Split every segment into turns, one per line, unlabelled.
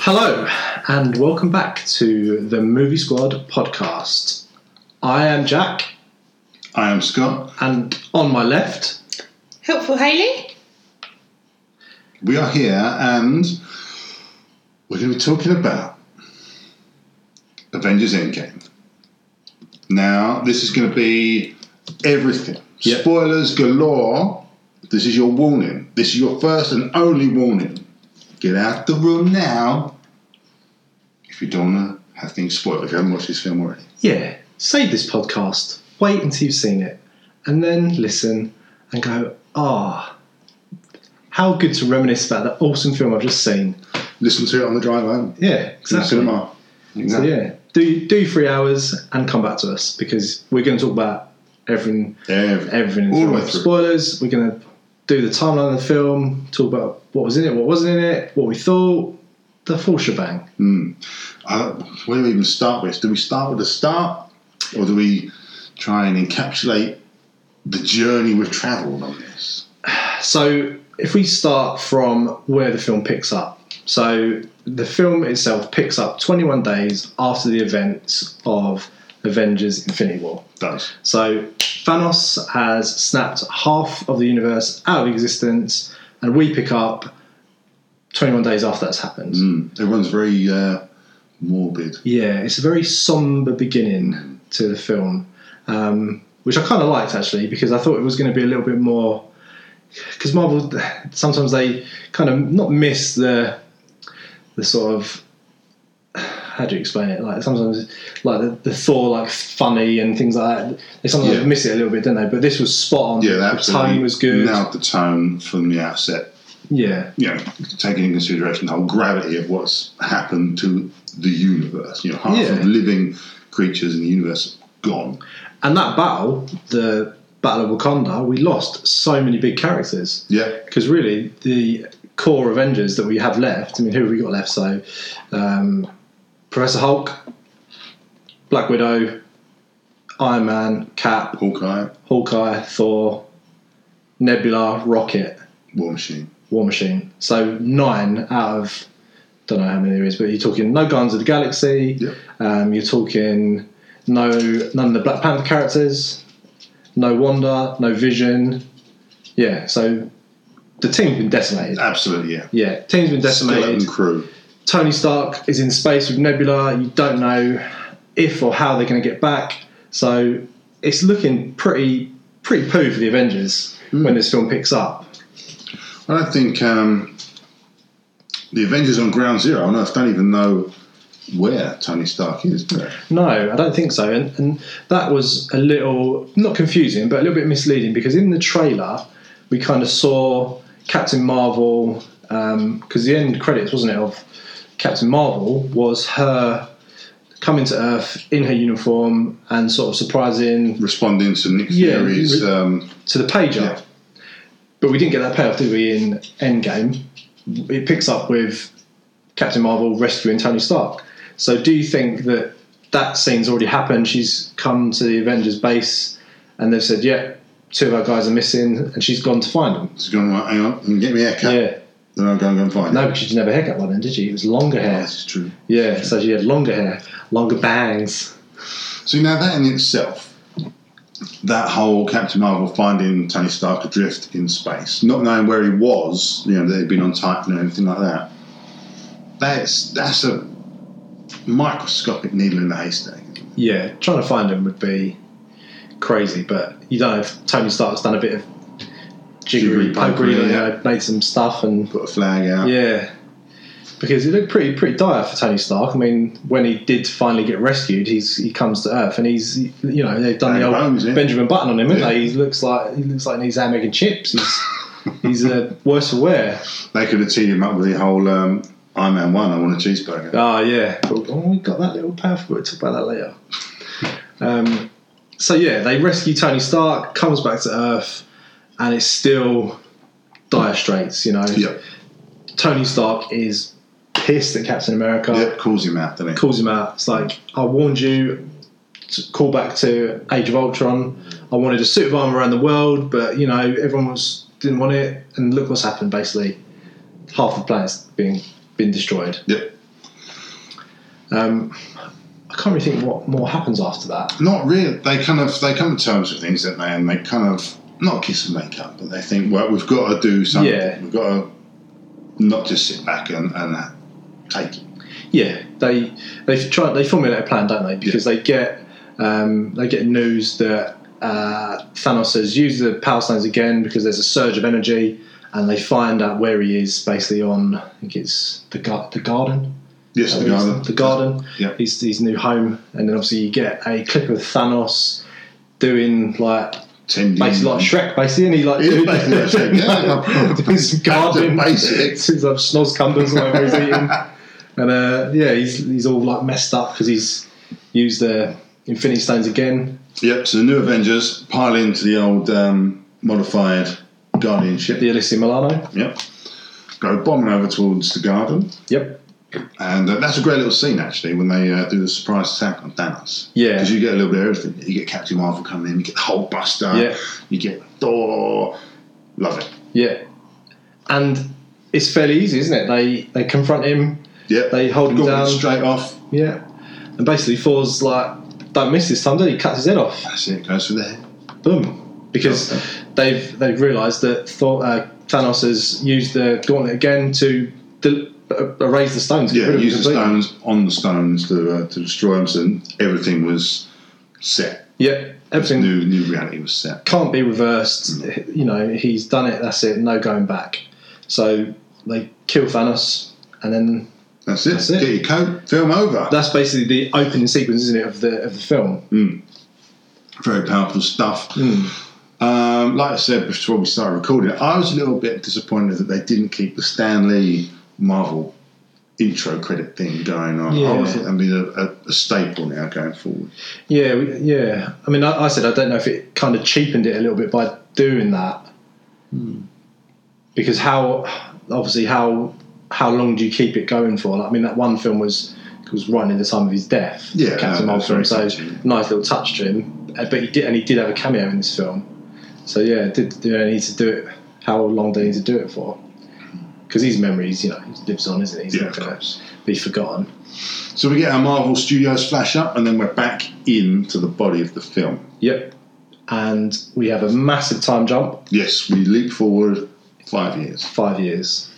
Hello, and welcome back to the Movie Squad podcast. I am Jack,
I am Scott.
and on my left,
Helpful Haley?
We are here and we're going to be talking about Avengers Endgame. Now, this is going to be everything.
Yep.
Spoilers galore. This is your warning. This is your first and only warning. Get out the room now if you don't want to have things spoiled, if you haven't watched this film already.
yeah, save this podcast, wait until you've seen it, and then listen and go, ah, how good to reminisce about that awesome film I've just seen.
Listen to it on the drive home.
Yeah,
In the
exactly.
cinema.
So yeah, do do three hours and come back to us because we're going to talk about everything,
Everything.
everything. in
All the
film.
way through.
Spoilers. We're going to do the timeline of the film, talk about what was in it, what wasn't in it, what we thought, the full shebang.
Hmm. Uh, where do we even start with? Do we start with the start, or do we try and encapsulate the journey we've travelled on this?
So if we start from where the film picks up, so the film itself picks up 21 days after the events of Avengers: Infinity War.
Does
So Thanos has snapped half of the universe out of existence, and we pick up 21 days after that's happened.
mm. everyone's very uh, morbid?
Yeah, it's a very somber beginning to the film, um, which I kind of liked actually because I thought it was going to be a little bit more. Because Marvel sometimes they kind of not miss the the sort of how do you explain it? Like sometimes like the, the Thor like funny and things like that. They sometimes
Yeah.
miss it a little bit, don't they? But this was spot on.
Yeah, that
the tone was good.
Now the tone from the outset.
Yeah,
You know, taking in consideration the whole gravity of what's happened to the universe. You know, half
Yeah.
of living creatures in the universe gone.
and that battle, the Battle of Wakanda, we lost so many big characters.
Yeah,
because really the core Avengers that we have left. I mean, who have we got left? So, um, Professor Hulk, Black Widow, Iron Man, Cap,
Hawkeye,
Hawkeye, Thor, Nebula, Rocket,
War Machine.
War Machine. So nine out of don't know how many there is, but you're talking no Guns of the Galaxy.
Yeah.
Um, you're talking no none of the Black Panther characters, no Wanda, no Vision. Yeah, so the team's been decimated.
Absolutely, yeah.
Yeah, team's been decimated.
Skeleton crew.
Tony Stark is in space with Nebula. You don't know if or how they're going to get back. So it's looking pretty pretty poo for the Avengers when this film picks up.
I don't think um, the Avengers on Ground Zero on Earth don't even know where Tony Stark is. Do they?
No, I don't think so. And, and that was a little, not confusing, but a little bit misleading because in the trailer, we kind of saw Captain Marvel, because the end credits, wasn't it, of Captain Marvel was her coming to Earth in her uniform and sort of surprising
Responding to Nick
Yeah,
Fury's
re-
um,
to the pager.
Yeah.
But we didn't get that payoff, did we, in Endgame? It picks up with Captain Marvel rescuing Tony Stark. So do you think that that scene's already happened? She's come to the Avengers base and they've said, yeah, two of our guys are missing and she's gone to find them.
he's going, right, hang on, you get me a haircut,
Yeah.
then I'll go and go and find
No,
him.
because she didn't have a haircut by then, did she? It was longer
Oh,
hair.
this is true.
Yeah, so she had longer hair, longer bangs.
So now that in itself, that whole Captain Marvel finding Tony Stark adrift in space, not knowing where he was, you know, that he'd been on Titan or anything like that. That's that's a microscopic needle in the haystack.
Yeah, trying to find him would be crazy, but you don't know if Tony Stark's done a bit of jiggery
Jiggery
pokery,
pokery,
you
yeah.
know, made some stuff and
Put a flag out.
yeah. Because it looked pretty pretty dire for Tony Stark. I mean, when he did finally get rescued, he's he comes to Earth and he's you know they've done
And
the old
bones, yeah.
Benjamin Button on him, haven't
Yeah.
they? He looks like he looks like he needs ham, egg, and chips. He's he's uh, worse for wear.
They could have teed him up with the whole um, Iron Man 1, I want a cheeseburger.
Oh yeah. Oh, we got that little powerful. We'll talk about that later. Um, so yeah, they rescue Tony Stark, comes back to Earth, and it's still dire straits. You know,
Yep,
Tony Stark is pissed at Captain America,
yep, calls him out, doesn't he?
calls him out. It's like I warned you. To call back to Age of Ultron. I wanted a suit of armor around the world, but you know everyone was didn't want it, and look what's happened. Basically, half the planet's being been destroyed.
Yep.
Um, I can't really think what more happens after that.
Not really. They kind of they come to terms with things, don't they? And they kind of not kiss and make up, but they think, well, we've got to do something.
Yeah.
We've got to not just sit back and, and uh, take it.
Yeah, they they try they formulate a plan, don't they? Because they get um, they get news that uh, Thanos says use the power stones again because there's a surge of energy, and they find out where he is basically on I think it's the gar- the garden.
Yes, the
That was
garden.
The garden.
Yeah.
His, his new home, and then obviously you get a clip of Thanos doing like
Ten
basically like Shrek, basically, and he like
It is basically like Shrek, yeah.
doing some
Back to
gardening,
basics.
He's like schnoz cumbers or whatever he's eating, and uh, yeah, he's he's all like messed up because he's used the Infinity Stones again.
Yep. So the new Avengers pile into the old um, modified Guardian ship.
The Alyssa Milano.
Yep. Go bombing over towards the garden,
Yep.
and uh, that's a great little scene actually when they uh, do the surprise attack on Thanos.
Yeah.
Because you get a little bit of everything. You get Captain Marvel coming in, you get the Hulk Buster,
Yeah.
you get Thor. Love it.
Yeah. And it's fairly easy, isn't it? They they confront him.
Yep.
They hold him
Gauntlet
down.
straight off.
Yeah. And basically, Thor's like, don't miss this time, does he? Cuts his head off.
That's it. Goes for the head.
Boom. Because they've they've realised that Thor, uh, Thanos has used the gauntlet again to del- uh, erase the stones. get
Yeah.
rid of them
Use the
completely.
stones on the stones to uh, to destroy them. So everything was set.
Yeah. Everything
New new reality was set.
can't be reversed. You know, he's done it. That's it. No going back. So they kill Thanos, and then
That's it.
That's it.
Get your coat. Film over.
that's basically the opening sequence, isn't it, of the of the film?
Very powerful stuff.
Hmm.
Um, like I said before we started recording, I was a little bit disappointed that they didn't keep the Stan Lee Marvel intro credit thing going on.
Yeah.
I thought that'd be a, a, a staple now going forward.
Yeah, we- yeah. I mean, I, I said I don't know if it kind of cheapened it a little bit by doing that,
Hmm.
because how obviously how how long do you keep it going for? Like, I mean, that one film was was right in the time of his death.
Yeah,
Captain
no, that's
Marvel.
very
So
touching.
nice little touch to him, Uh, but he did, and he did have a cameo in this film. So yeah, did do they need to do it? How long do they need to do it for? Because his memories, you know, lives on, isn't he? He's
Yeah,
not
of
going to
course.
be forgotten.
So we get our Marvel Studios flash up, and then we're back into the body of the film.
Yep. And we have a massive time jump.
Yes, we leap forward five years.
five years.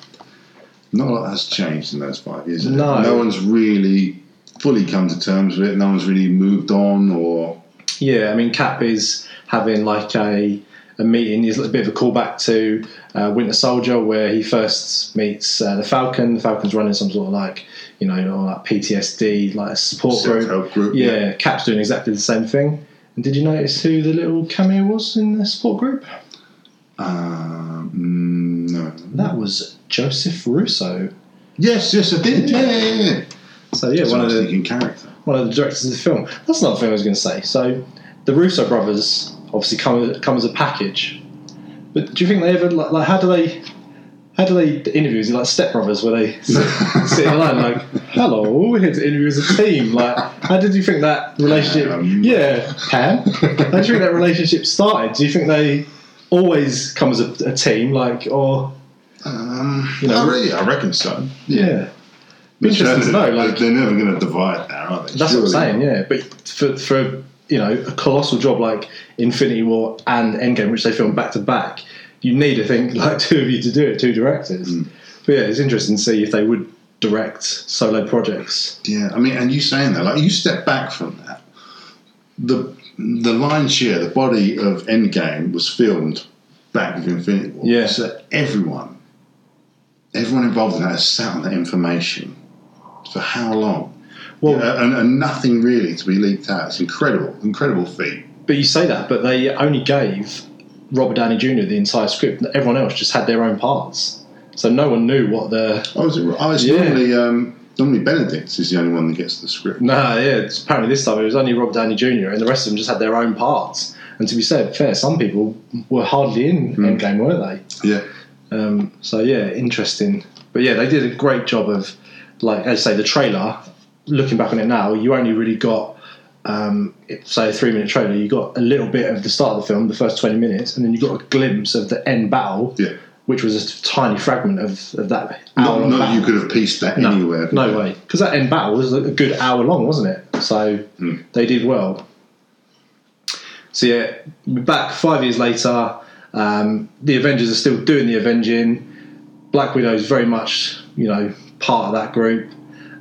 Not a lot has changed in those five years. has it?
No.
no one's really fully come to terms with it. No one's really moved on or
Yeah, I mean, Cap is having like a, a meeting, is a bit of a callback to uh, Winter Soldier, where he first meets uh, the Falcon. The Falcon's running some sort of like, you know, or like PTSD, like a support group.
self-help group.
Yeah, Cap's doing exactly the same thing. And did you notice who the little cameo was in the support group?
Um, no.
That was Joseph Russo.
Yes, yes, I did. Yeah, yeah, yeah. yeah.
So yeah,
That's
one
what I
of
was
the
thinking character.
one of the directors of the film. That's another thing I was going to say. So, the Russo brothers obviously come come as a package, but do you think they ever like, like how do they how do they interview? Is it like Step Brothers where they sit, sit in line like, "Hello, we're here to interview as a team." Like, how did you think that relationship?
Um.
Yeah, Pam. How do you think that relationship started? Do you think they always come as a, a team, like, or
Um,
You know,
oh, really? I reckon so.
yeah? Be interesting to know,
they're,
like.
they're never going to divide that, are they?
That's what I'm saying,
Surely.
yeah. But for for you know a colossal job like Infinity War and Endgame, which they filmed back to back, you need I think like two of you to do it, two directors. But yeah, it's interesting to see if they would direct solo projects.
Yeah, I mean, and you saying that, like, you step back from that. The the lion's share, the body of Endgame was filmed back with Infinity War.
Yeah.
So everyone, everyone involved in that has sat on that information for how long?
Well,
Yeah, and, and nothing really to be leaked out. It's incredible, incredible feat.
but you say that, but they only gave Robert Downey Jr. the entire script. Everyone else just had their own parts, so no one knew what the
Oh, is it? right? Oh, it's
Yeah.
normally um, normally Benedict is the only one that gets the script.
Nah, yeah. it's- Apparently this time it was only Rob Downey Jr. and the rest of them just had their own parts. And to be said, fair, some people were hardly in Endgame, weren't
Yeah,
they? Um, so yeah, interesting. But yeah, they did a great job of, like as I say, the trailer. Looking back on it now, you only really got, um, it- say, a three-minute trailer. You got a little bit of the start of the film, the first twenty minutes, and then you got a glimpse of the end battle
yeah.
which was a tiny fragment of, of that
Not,
hour-long
not that
battle.
you could have pieced that
No,
anywhere. could you?
No way. Because that end battle was a good hour long, wasn't it? So
Mm.
they did well. So yeah, we're back five years later. Um, the Avengers are still doing the Avenging. Black Widow is very much, you know, part of that group.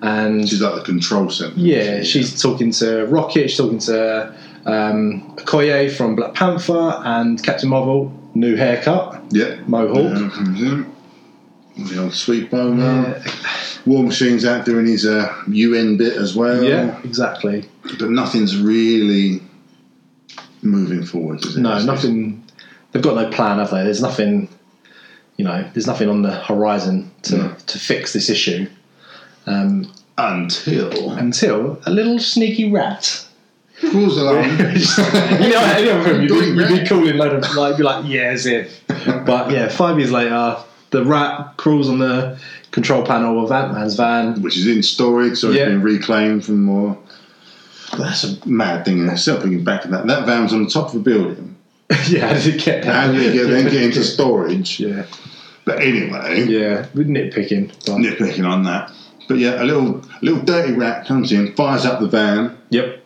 And
She's like the control center.
yeah, she's talking to Rocket. She's talking to um, Okoye from Black Panther and Captain Marvel. New haircut,
yeah.
mohawk. Um,
Yeah, comes in. The old sweet bone.
Yeah,
War Machine's out doing his uh, UN bit as well.
yeah, exactly.
But nothing's really moving forward, is it?
No,
It's-
nothing. They've got no plan, have they? There's nothing, you know, there's nothing on the horizon to,
No.
to fix this issue um,
Until.
until a little sneaky rat.
Crawls along.
any, other- any other film, you'd,
Doink
be- you'd be
rat.
calling load of like, be like, yeah, as if. But yeah, five years later, the rat crawls on the control panel of Ant Man's van.
Which is in storage, so
Yeah.
it's been reclaimed from more. But that's a mad thing in itself, thinking back to that. That van's on the top of a building.
yeah, how did it get there?
How do you get, then get into storage?
Yeah,
But anyway,
yeah, we're nitpicking. But,
nitpicking on that. But yeah, a little a little dirty rat comes in, fires up the van,
Yep,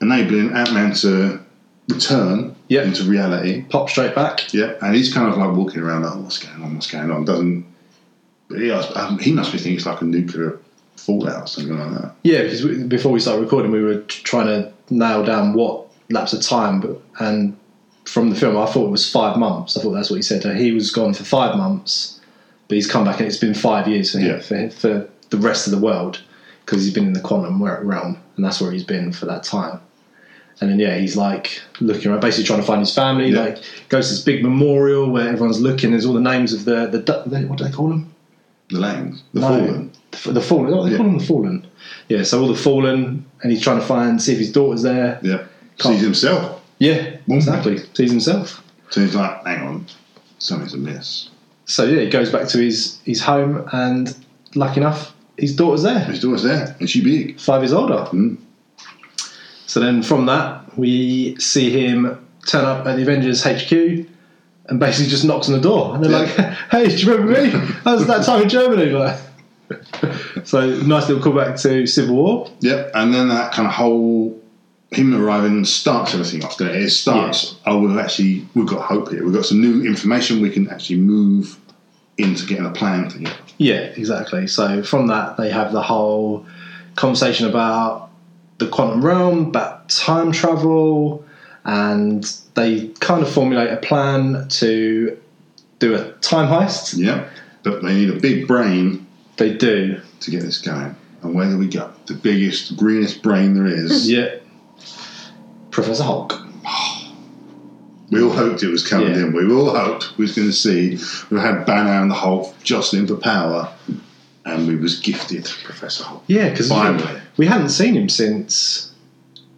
enabling Ant Man to return
Yep.
into reality.
pop straight back.
Yeah, and he's kind of like walking around like, what's going on? What's going on? Doesn't he? Must, um, he must be thinking it's like a nuclear fallout or something like that.
Yeah, because we, before we started recording, we were t- trying to nail down what lapse of time, but, and from the film, I thought it was five months. I thought that's what he said. He was gone for five months, but he's come back, and it's been five years for him,
Yeah.
for, for the rest of the world, because he's been in the quantum wer- realm, and that's where he's been for that time. And then yeah, he's like looking around, basically trying to find his family.
Yeah.
Like goes to this big memorial where everyone's looking. There's all the names of the the du- they- what do they call them?
The lanes, the
No.
fallen.
The, the fallen. Oh, they
Yeah.
call him the fallen. Yeah. So all the fallen, and he's trying to find see if his daughter's there.
Yeah,
Can't-
sees himself.
Yeah,
Mhm.
exactly. Sees himself.
So he's like, hang on, something's amiss.
So yeah, he goes back to his his home, and lucky enough, his daughter's there,
His daughter's there, and she big.
five years older.
Mm.
So then from that, we see him turn up at the Avengers HQ. And basically just knocks on the door, and they're
Yeah.
like, "Hey, do you remember me? That was that time in Germany." Like, so nice little callback to Civil War.
Yep, and then that kind of whole him arriving starts everything off. Doesn't it? it starts. Oh, we've actually we've got hope here. We've got some new information. We can actually move into getting a plan together.
Yeah, exactly. So from that, they have the whole conversation about the quantum realm, about time travel, and they kind of formulate a plan to do a time heist.
Yep, but they need a big brain
They do.
to get this going. And where do we go? The biggest, greenest brain there is.
Yeah. Professor Hulk.
We all hoped it was coming,
Yeah.
didn't we? We all hoped we was going to see. We had Banner and the Hulk jostling for power, and we was gifted Professor Hulk.
Yeah, because
Finally.
we hadn't seen him since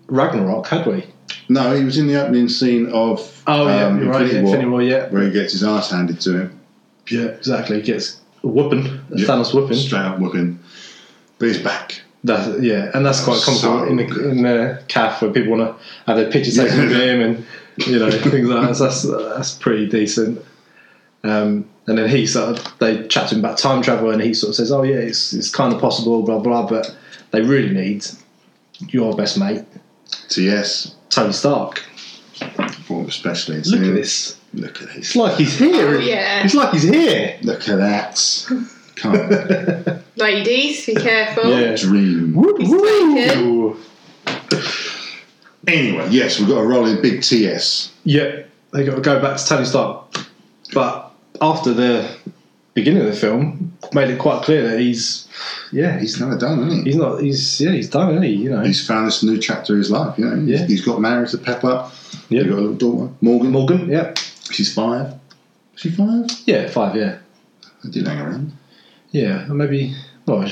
Ragnarok, had we?
No, he was in the opening scene of
Oh yeah,
um,
you're right.
Infinity War,
Infinity War. Yeah,
where he gets his ass handed to him.
yeah, exactly. Gets a whooping, a
Yeah.
Thanos whooping.
Straight up whooping. But he's back.
That, yeah, and that's quite common
So
in the in the calf where people want to have their pictures taken
Yeah.
with him and you know things like that. So that's that's pretty decent. Um, and then he sort of they chat to him about time travel, and he sort of says, "Oh yeah, it's it's kind of possible, blah blah." But they really need your best mate,
TS,
Tony Stark.
former special agent.
Look at this.
Look at this.
It's like he's here.
Oh, yeah.
It's like he's here.
Look at that. Can't
Ladies, be careful.
Yeah.
dream.
Woo,
He's
woo.
taken.
Anyway, yes, we've got a rolling big TS.
Yep, they got to go back to Tony Stark. But after the beginning of the film, made it quite clear that he's, yeah,
He's
he's
kind of done, isn't he?
he's not he's yeah he's done, isn't he? You know,
He's found this new chapter of his life, you know. He's-
Yeah.
he's got married to Pepper.
Yeah.
He's got a little daughter, Morgan.
Morgan. Yep.
She's five. Is she five?
Yeah, five. Yeah,
I did hang around.
yeah, or maybe well,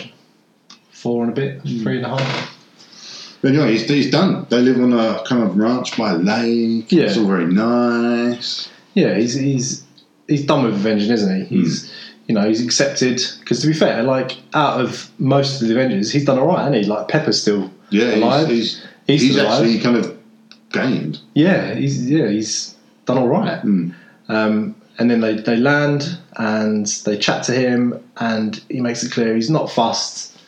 four and a bit,
Hmm.
three and a half.
But anyway, he's, he's done. They live on a kind of ranch by a lake.
Yeah.
It's all very nice.
Yeah, he's he's he's done with Avengers, isn't
Hmm.
he? He's you know he's accepted because to be fair, like out of most of the Avengers, he's done all right, hasn't he? Like Pepper's still
Yeah,
Alive.
he's, he's,
he's,
he's
still alive.
actually kind of gained.
Yeah, he's yeah he's done all right.
Mm.
Um, and then they, they land and they chat to him and he makes it clear he's not fussed.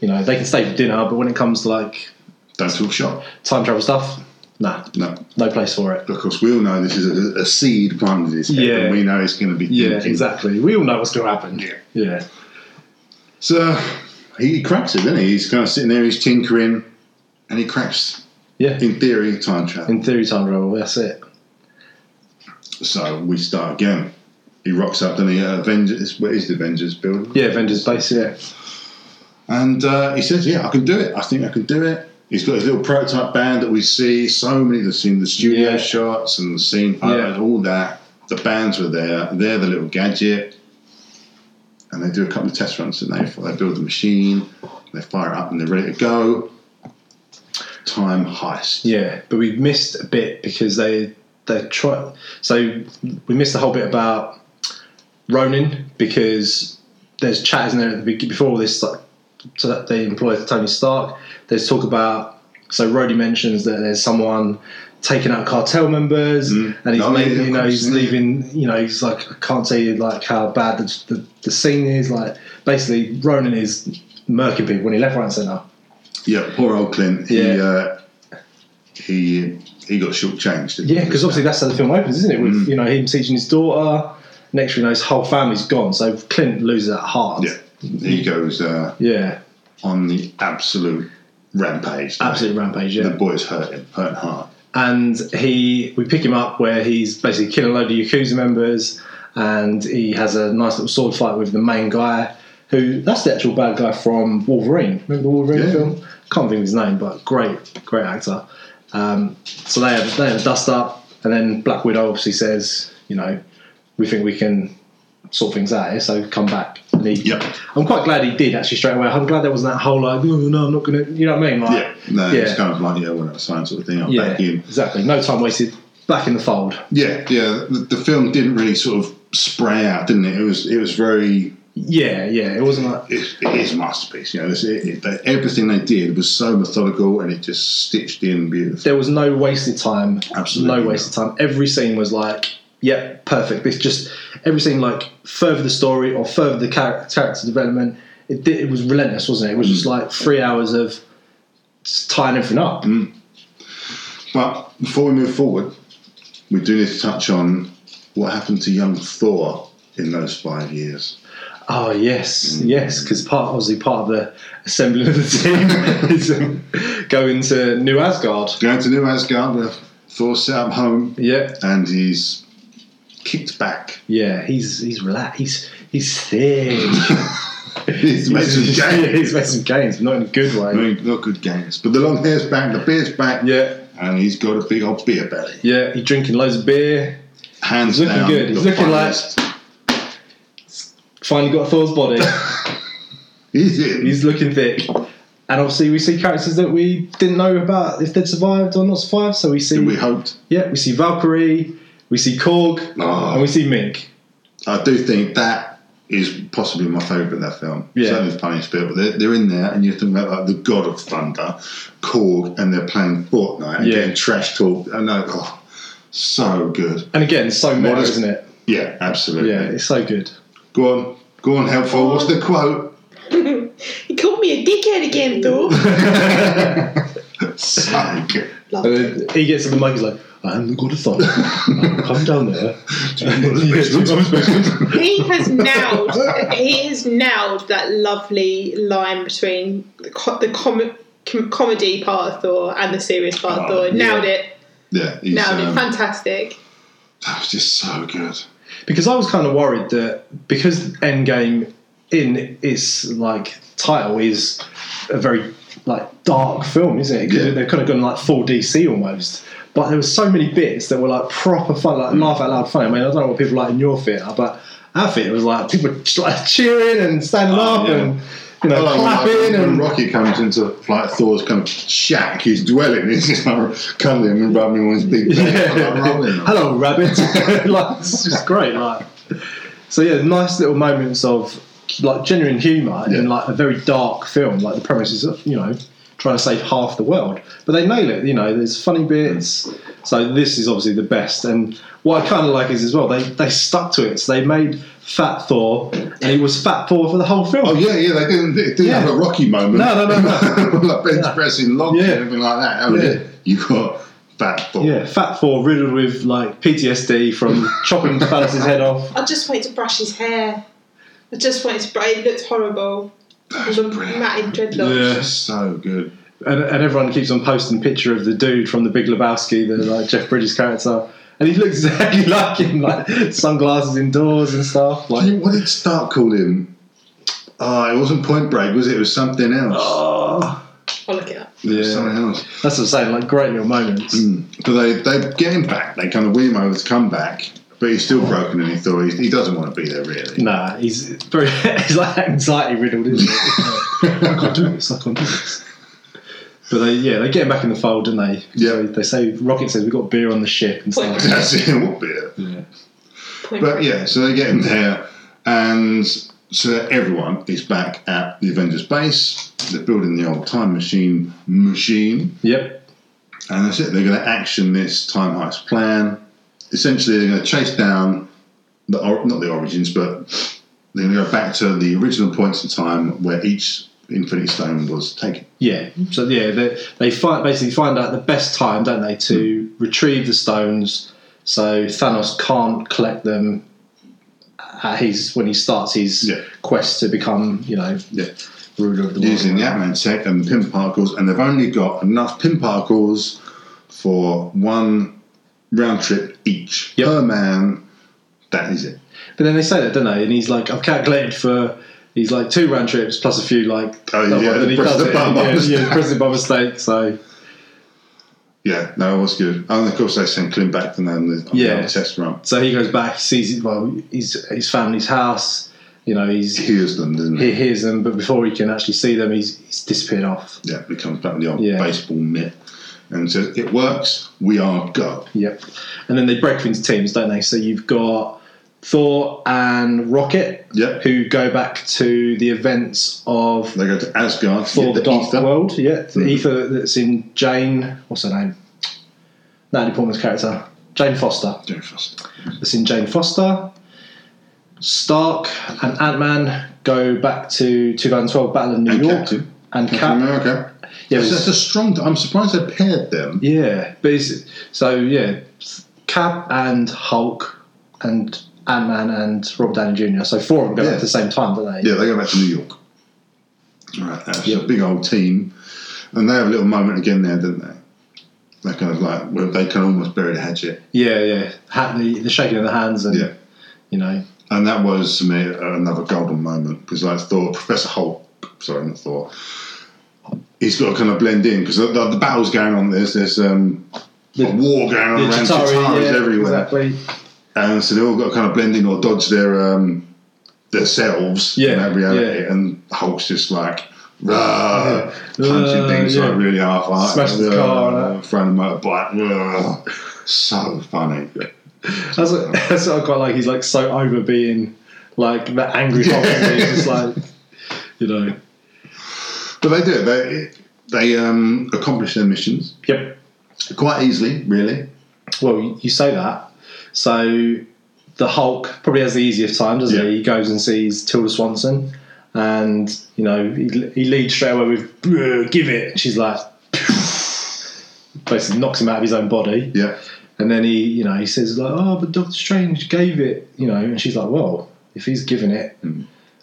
You know, they can stay for dinner, but when it comes to like
Don't feel shocked.
time travel stuff, nah,
No.
no place for it.
Of course, we all know this is a, a seed planted in his head,
Yeah.
and we know it's going to be
Yeah,
thinking.
exactly. We all know what's going to happen.
Yeah.
Yeah.
So he cracks it, doesn't he? He's kind of sitting there, he's tinkering, and he cracks,
Yeah.
in theory, time travel.
In theory, time travel, that's it.
So we start again. He rocks up, doesn't he? At Avengers, where is the Avengers building?
Yeah, Avengers Base, yeah.
And uh, he says, "Yeah, I can do it. I think I can do it." He's got his little prototype band that we see. So many have seen the studio
Yeah.
shots and the scene photos,
Yeah.
all that. The bands were there. They're the little gadget, and they do a couple of test runs, and they they build the machine, they fire it up, and they're ready to go. Time heist.
Yeah, but we missed a bit because they they try. So we missed the whole bit about Ronin because there's chat isn't there at the beg- before all this like, so that they employ Tony Stark. There's talk about so Rhodey mentions that there's someone taking out cartel members
Mm.
and he's
Oh,
leaving,
yeah, of
you know
course,
he's
yeah.
leaving you know he's like I can't tell you like how bad the, the, the scene is like basically Ronin is murking people when he left right and centre
Yeah, poor old Clint. He
Yeah.
uh, he he got shortchanged. didn't he?
Yeah, because obviously that's how the film opens, isn't it? With you know him teaching his daughter. Next, we know his whole family's gone, so Clint loses that heart.
yeah, he goes uh,
yeah,
on the absolute rampage. doesn't he?
absolute rampage. Yeah,
The boy's hurting, hurting hard.
and he we pick him up where he's basically killing a load of yakuza members, and he has a nice little sword fight with the main guy, who that's the actual bad guy from Wolverine. Remember the Wolverine
Yeah.
film? Can't think of his name, but great, great actor. Um, so they have they have a dust up, and then Black Widow obviously says, you know, we think we can sort things out here, so come back. And he,
Yep.
I'm quite glad he did actually straight away. I'm glad there wasn't that whole like, oh no, I'm not gonna, you know what I mean? Like,
Yeah. No, it's
Yeah.
kind of like, yeah, when I was saying sort of thing, I'm
yeah,
back in.
exactly. No time wasted. Back in the fold.
Yeah, yeah. The, the film didn't really sort of spray out, didn't it? It was it was very,
Yeah, yeah. It wasn't like
it, it is a masterpiece. You know, this, it, it, they- everything they did was so methodical and it just stitched in beautifully.
there was no wasted time.
Absolutely
no wasted time. Every scene was like, yep, perfect. It's just every scene like further the story or further the char- character development. It did, it was relentless, wasn't it? It was just like three hours of just tying everything up.
But before we move forward, we do need to touch on what happened to young Thor in those five years.
Oh yes, yes, because part obviously part of the assembling of the team is um, going to New Asgard.
Going to New Asgard, where Thor set up home
Yeah,
and he's kicked back.
yeah. He's he's relaxed. He's he's thick.
he's Mm. made some
He's-
gains.
he's made some gains, but not in a good
I
way.
mean, not good games. But the long hair's back, the beard's back,
Yeah,
and he's got a big old beer belly.
yeah. He's drinking loads of beer.
Hands
He's looking
down,
good. He's
the
looking like-
finest.
Finally got Thor's body.
He's in.
he's looking thick. And obviously, we see characters that we didn't know about if they'd survived or not survived. So we see,
we hoped.
yeah, we see Valkyrie, we see Korg,
Oh.
and we see Mink.
I do think that is possibly my favourite of that film.
Yeah.
Certainly the funniest bit, but they're, they're in there, and you're thinking about like, the God of Thunder, Korg, and they're playing Fortnite and
Yeah.
getting trash talk. And they're, oh, so good.
And again, so meta,
is-
isn't it?
Yeah, absolutely.
Yeah, it's so good.
Go on. Go on, helpful. What's the quote?
He called me a dickhead again, though.
so good.
Love it.
And then he gets to the mic, he's like, I am the god of thunder. I will come down there.
He has nailed. He has nailed that lovely line between the, co- the com- com- comedy part of Thor and the serious part of
Oh,
Thor. Nailed
Ah, yeah.
it.
yeah, he's,
Nailed it.
um,
Fantastic.
that was just so good.
Because I was kind of worried that because Endgame in its like title is a very like dark film, isn't it? 'Cause
Yeah.
they've kind of gone like full DC almost. But there were so many bits that were like proper fun, like laugh out loud funny. I mean, I don't know what people like in your theatre, but our theatre was like people were just, like cheering and standing
Oh,
up
yeah.
and you know
I like when, like,
clapping
when
and
Rocky comes into like Thor's kind of shack, he's dwelling, he's just like cuddling and rubbing on his big back,
Yeah.
like, rolling.
Hello, rabbit. like, it's just great. Like, so yeah, nice little moments of like genuine humour
Yeah.
in like a very dark film. Like the premise is, you know, trying to save half the world, but they nail it. You know, there's funny bits. So this is obviously the best. And what I kind of like is as well they they stuck to it. So they made Fat Thor, and it was Fat Thor for the whole film.
Oh yeah, yeah, they didn't, they didn't
Yeah.
have a Rocky moment.
No, no, no,
like bench pressing, long,
Yeah.
and everything like that. haven't
Yeah.
you? You got fat ball.
Yeah, Fat Thor riddled with like PTSD from chopping Thanos' head off.
I just wanted to brush his hair. I just wanted to brush. It looked horrible. With the
brilliant.
matted dreadlocks.
Yeah.
so good.
and, and everyone keeps on posting picture of the dude from the Big Lebowski, the like Jeff Bridges character, and he looks exactly like him, like sunglasses indoors and stuff.
I
Like,
think- what did Stark call him? Ah, it wasn't Point Break, was it? It was something else.
oh,
I'll look it up.
It was
yeah. Mm.
something else.
that's what I'm saying. Like great little moments.
But they they get him back. They kind of win him over to come back, but he's still broken and he thought he, he doesn't want to be there really.
Nah, he's very, he's like anxiety riddled, isn't he? I can't do this. I can't do this. But they, yeah, they get him back in the fold, don't they?
Yeah.
They, they say Rocket says we've got beer on the ship and stuff.
That's it. It would be it.
Point
But
break.
yeah, so they get him there, and so everyone is back at the Avengers base. They're building the old time machine machine,
Yep.
and that's it. They're going to action this time heist plan. Essentially, they're going to chase down the or- not the origins, but they're going to go back to the original points in time where each Infinity Stone was taken.
Yeah. So yeah, they they find basically find out the best time, don't they, to retrieve the stones so Thanos can't collect them at his when he starts his
Yeah.
quest to become, you know,
Yeah.
ruler of the world.
Using the Atman tech and the pin particles, and they've only got enough pin particles for one round trip each
Yep.
per man. That is it.
But then they say that, don't they? And he's like, I've calculated for he's like two round trips plus a few like
Oh,
that
yeah,
one, and he
press
does
the
it.
button by
yeah,
mistake.
yeah, press the button mistake. So
Yeah, no, it was good. And of course, they sent Clint back and then the, on
Yeah.
the old test run.
so he goes back, sees it well, his his family's house, you know, he's
Hears them, doesn't
he
he?
hears them, but before he can actually see them he's he's disappeared off.
Yeah, he comes back with the old
Yeah.
baseball mitt and says, It works, we are go.
Yep. And then they break up into teams, don't they? So you've got Thor and Rocket,
Yep.
who go back to the events of
They go to Asgard to
Thor
get
the
the
Dark
ether.
World. Yeah, the
Mhm.
ether that's in Jane. What's her name? Natalie Portman's character, Jane Foster.
Jane Foster.
That's in Jane Foster. Stark and Ant Man go back to 2012 Battle of New
And
York.
Captain.
And
Captain
Cap.
America.
Yeah,
That's,
it's-
that's a strong. I'm surprised they paired them.
Yeah, but it's, so yeah, Cap and Hulk and Ant Man and Robert Downey Jr. So four of them go
Yeah.
at the same time, don't they?
Yeah, they go back to New York. Right, that's
Yep.
a big old team, and they have a little moment again there, don't they? They kind of like well, they can almost bury the hatchet,
yeah, yeah. Ha- the, the shaking of the hands and
Yeah.
you know,
and that was to me another golden moment because I thought Professor Hulk, sorry, not Thor, he's got to kind of blend in because the, the, the battle's going on. There's there's um,
The-
a war going on
the
around.
Chitauri,
Chitauri's
yeah,
everywhere,
Exactly.
and so they all got to kind of blend in or dodge their um, themselves
Yeah,
in that reality.
yeah.
And Hulk's just like, rah, punching
Uh,
things
yeah.
like really Uh, half hearted,
Smashing the car and that.
throwing a motorbike, rah. so funny.
That's what, that's what I quite like. He's like so over being like that angry Hulk.
Yeah.
He's just like, you know,
But they do. They they um, accomplish their missions
yep.
quite easily, really.
Well, you- you say that. So the Hulk probably has the easiest time, doesn't
Yeah.
he? He goes and sees Tilda Swanson, and you know he, he leads straight away with "Bruh, "Give it." And she's like, basically knocks him out of his own body,
Yeah.
and then he, you know, he says like, "Oh, but Doctor Strange gave it," you know, and she's like, "Well, if he's giving it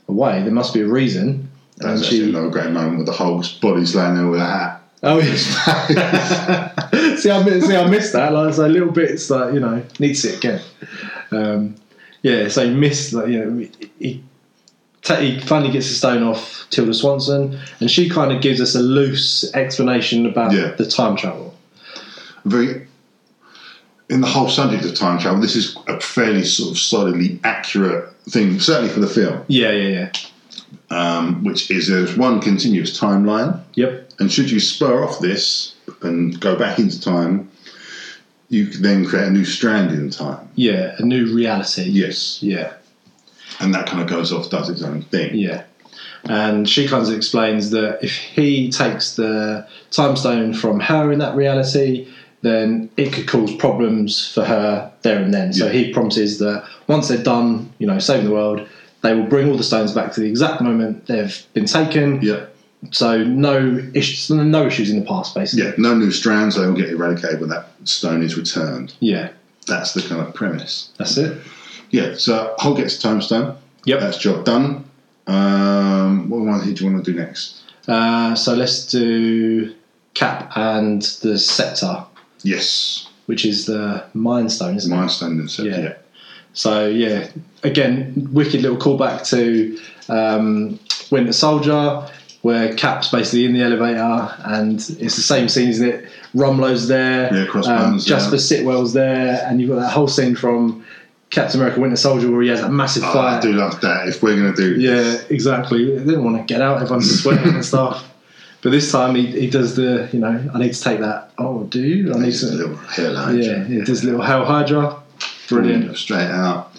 away, there must be a reason." And
Mm. That's actually another great moment with the Hulk's body's laying there with a hat.
Oh yeah. see, I mi- see, I missed that. Like, so little bits that you know needs it again. Um, yeah, so he missed. Like, you know, he ta- he finally gets the stone off Tilda Swanson, and she kind of gives us a loose explanation about
Yeah.
the time travel.
Very. In the whole subject of time travel, this is a fairly sort of solidly accurate thing, certainly for the film.
Yeah, yeah, yeah.
um, which is there's one continuous timeline.
Yep.
And should you spur off this and go back into time, you can then create a new strand in time.
Yeah, a new reality.
Yes.
Yeah.
And that kind of goes off, does its own thing.
Yeah. And she kind of explains that if he takes the time stone from her in that reality, then it could cause problems for her there and then. So
Yeah.
he promises that once they're done, you know, saving the world, they will bring all the stones back to the exact moment they've been taken.
Yeah.
So no issues, no issues in the past, basically.
Yeah, no new strands, they will get eradicated when that stone is returned.
Yeah,
That's the kind of premise.
that's it.
Yeah, so Hulk gets the tombstone.
Yep.
That's job done. Um, what one do you want to do next?
Uh, so let's do Cap and the Scepter,
Yes,
which is the Mind Stone, isn't it?
milestone and so
Yeah.
yeah.
So yeah, again, wicked little callback to um, Winter Soldier, where Cap's basically in the elevator, and it's the same scene, isn't it? Rumlow's there, um,
Yeah, Crossbones,
Jasper
yeah.
Sitwell's there, and you've got that whole scene from Captain America: Winter Soldier where he has that massive
Oh, I
fight.
do love that. If we're going to do
Yeah, exactly. They didn't want to get out. Everyone's sweating and stuff. But this time he, he does the, you know, I need to take that. Oh, do you? I need
it's a
to.
little hairline.
Yeah, he does little Hell Hydra. Brilliant.
Straight out.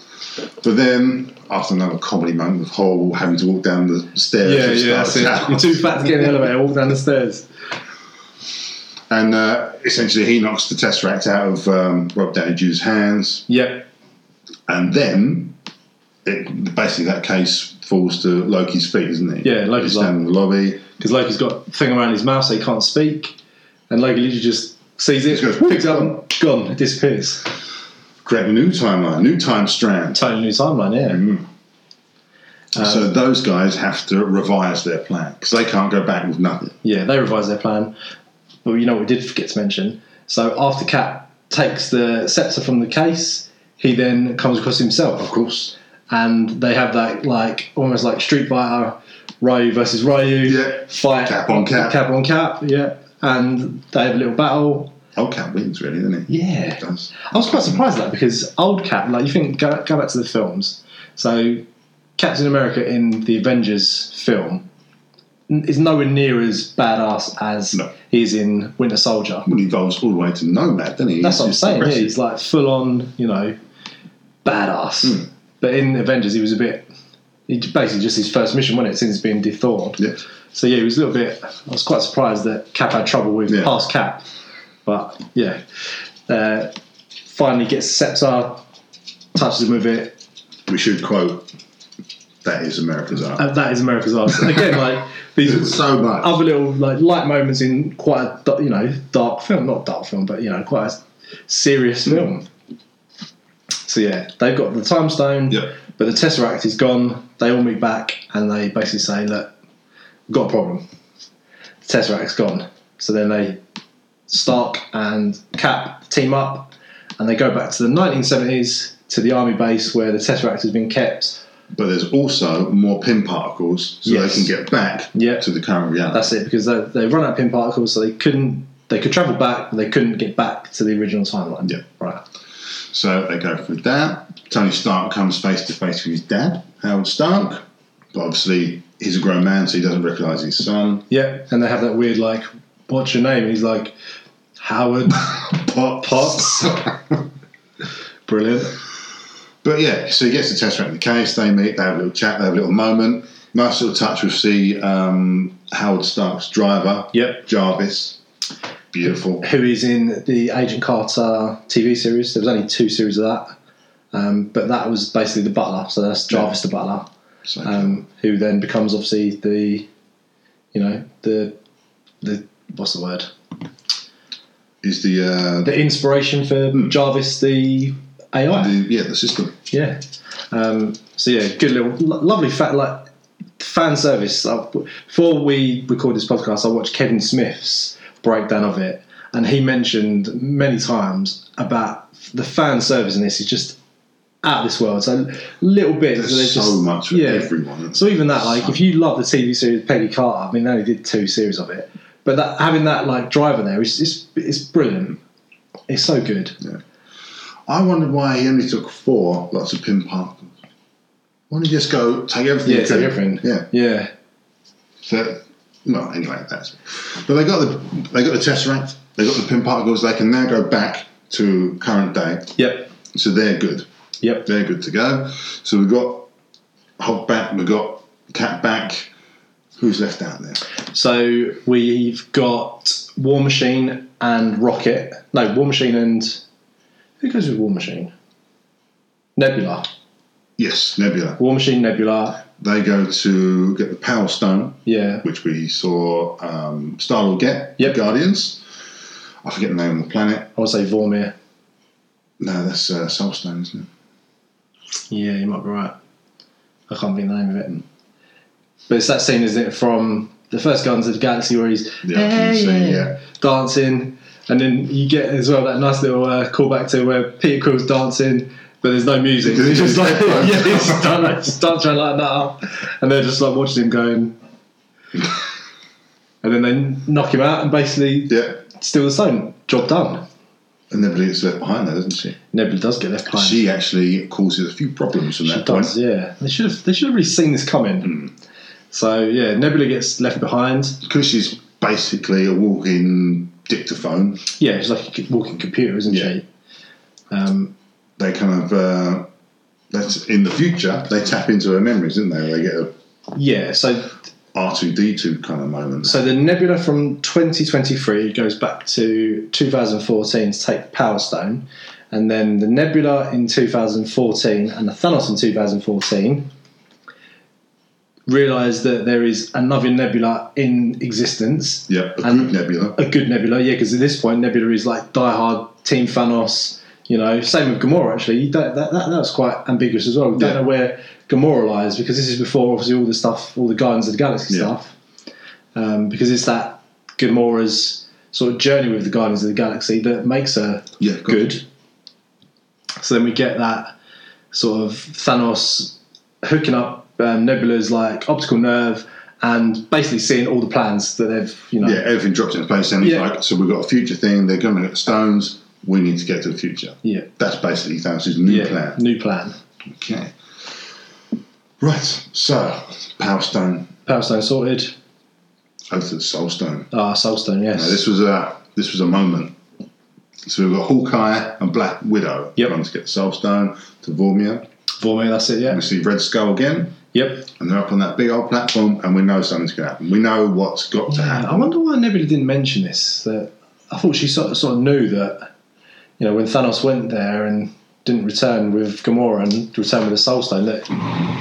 But then, after another comedy moment with Hall having to walk down the stairs,
Yeah,
of
yeah, that's
Stark's
it. You're
house.
too fat to get in the elevator. Walk down the stairs.
and uh, essentially he knocks the Tesseract out of um, Rob Downey Jr.'s hands,
Yep.
and then it, basically that case falls to Loki's feet, isn't it?
Yeah, Loki's
He's down in the lobby.
Because Loki's got a thing around his mouth, so he can't speak. And Loki literally just sees it,
Just goes,
picks it up, and gone. It disappears.
Create a new timeline, new time strand.
Totally new timeline. Yeah. Uh,
so those guys have to revise their plan because they can't go back with nothing.
Yeah, they revised their plan. But you know what we did forget to mention? So after Cap takes the scepter from the case, he then comes across himself, of course. And they have that like almost like Street Fighter Ryu versus Ryu
Yeah.
fight.
Cap on cap.
Cap on cap, yeah. And they have a little battle.
Old Cat wins, really, doesn't he?
Yeah.
Does.
I was quite surprised at that because old Cap, like you think, go, go back to the films. So Captain America in the Avengers film n- is nowhere near as badass as
No.
he is in Winter Soldier.
Well, he evolves all the way to Nomad, doesn't he?
That's what I'm
He's
saying. Yeah,
progressive.
he's like full on, you know, badass.
Hmm.
But in Avengers, he was a bit. He j- basically just his first mission, wasn't it, since being dethawed.
Yeah.
So yeah, he was a little bit. I was quite surprised that Cap had trouble with
Yeah.
past Cap, but yeah, uh, finally gets Scepter, touches him with it.
We should quote, that is America's art.
And that is America's ass. Again, like
There's
these
so much.
other little like light moments in quite a da- you know dark film, not dark film, but you know quite a serious film. So yeah, they've got the time stone,
Yep.
but the Tesseract is gone. They all meet back and they basically say, "Look, we've got a problem. The Tesseract's gone." So then they Stark and Cap team up and they go back to the 1970s to the army base where the Tesseract has been kept.
But there's also more pin particles so
Yes.
they can get back
Yeah.
to the current reality.
That's it because they, they run out of pin particles, so they couldn't. They could travel back, but they couldn't get back to the original timeline.
Yeah.
Right.
so they go through that. Tony Stark comes face to face with his dad, Howard Stark. But obviously, he's a grown man, so he doesn't recognise his son.
Yeah. And they have that weird like, "What's your name?" And he's like, "Howard
Pop,
Potts." Brilliant.
But yeah, so he gets the test in the case. They meet, they have a little chat, they have a little moment. Nice little touch. We see um, Howard Stark's driver,
Yep.
Jarvis. Beautiful.
Who is in the Agent Carter TV series? There was only two series of that, um, but that was basically the butler. So that's Jarvis the butler,
So,
um, who then becomes obviously the, you know, the, the what's the word?
is the, uh, the,
the inspiration for
Hmm.
Jarvis the AI.
yeah the system?
Yeah. Um, so yeah, good little lo- lovely fat like fan service. I, before we record this podcast, I watched Kevin Smith's breakdown of it, and he mentioned many times about the fan service in this is just out of this world. So little bits.
There's,
but they're
so
just-
much for everyone.
so even that, like, if you love the TV series Peggy Carter, I mean, they only did two series of it, but that having that like driver there is it's, it's brilliant. It's so good.
I wondered why he only took four lots of pin particles. Why don't you just go take everything?
Yeah,
you
take
can?
everything.
Yeah.
Yeah,
So, well, anyway, that's. But they got the they got the tesseract. They got the pin particles. They can now go back to current day.
yep,
So they're good.
yep,
They're good to go. So we've got Hog back, we've got Cat back. Who's left out there?
So we've got War Machine and Rocket. No, War Machine and who goes with War Machine? Nebula.
Yes, Nebula.
War Machine, Nebula.
They go to get the Power Stone,
Yeah,
which we saw um, Star Lord get.
Yep.
Guardians. I forget the name of the planet.
I would say Vormir.
No, that's uh, Soul Stone, isn't it?
Yeah, you might be right. I can't think of the name of it. But it's that scene, isn't it, from the first Guardians of the Galaxy where he's
Yeah, I can see, yeah.
dancing, and then you get as well that nice little uh, callback to where Peter Quill's dancing, but there's no music.
Because
He's
he's
just like,
just
yeah, he's done, just dance around like that, and they're just like watching him going, and then they knock him out and basically
Yeah.
steal the stone. Job done.
And Nebula gets left behind there, doesn't she?
Nebula does get left behind.
She actually causes a few problems from
She
that
does,
point. Hmm.
yeah. They should have they should have really seen this coming. So yeah, Nebula gets left behind.
Because she's basically a walking dictaphone.
Yeah, she's like a walking computer, isn't
Yeah.
she? Um,
They kind of. Uh, that's in the future. They tap into her memories, didn't they? They get a
yeah, so
R two D two kind of moment.
so the Nebula from 2023 goes back to 2014 to take the Power Stone, and then the Nebula in 2014 and the Thanos in 2014 realize that there is another Nebula in existence
yeah, a
And-
group nebula.
a good Nebula, yeah, because at this point Nebula is like diehard Team Thanos. You know, same with Gamora actually. You don't, that, that that was quite ambiguous as well. We don't
Yeah.
know where Gamora lies because this is before obviously all the stuff, all the Guardians of the Galaxy
Yeah.
stuff. Um, because it's that Gamora's sort of journey with the Guardians of the Galaxy that makes her
Yeah, go-
good. So then we get that sort of Thanos hooking up um, Nebula's like optical nerve and basically seeing all the plans that they've you know
Yeah, everything drops into place, and he's
Yeah.
like, "So we've got a future thing. They're going to get stones. We need to get to the future."
yeah
That's basically Thanos' new
yeah,
plan.
New plan.
Okay. Right. So, Power Stone
Power Stone sorted.
over to the Soul Stone.
Ah, Soul Stone, yes.
Now, this was a this was a moment. So we've got Hawkeye and Black Widow
Yep.
going to get the Soul Stone to Vormir.
Vormir, that's it, yeah.
We see Red Skull again,
Yep.
and they're up on that big old platform, and we know something's going to happen. We know what's got to happen.
I wonder why Nebula didn't mention this. That I thought she sort of, sort of knew that, you know, when Thanos went there and didn't return with Gamora and returned with the Soul Stone, that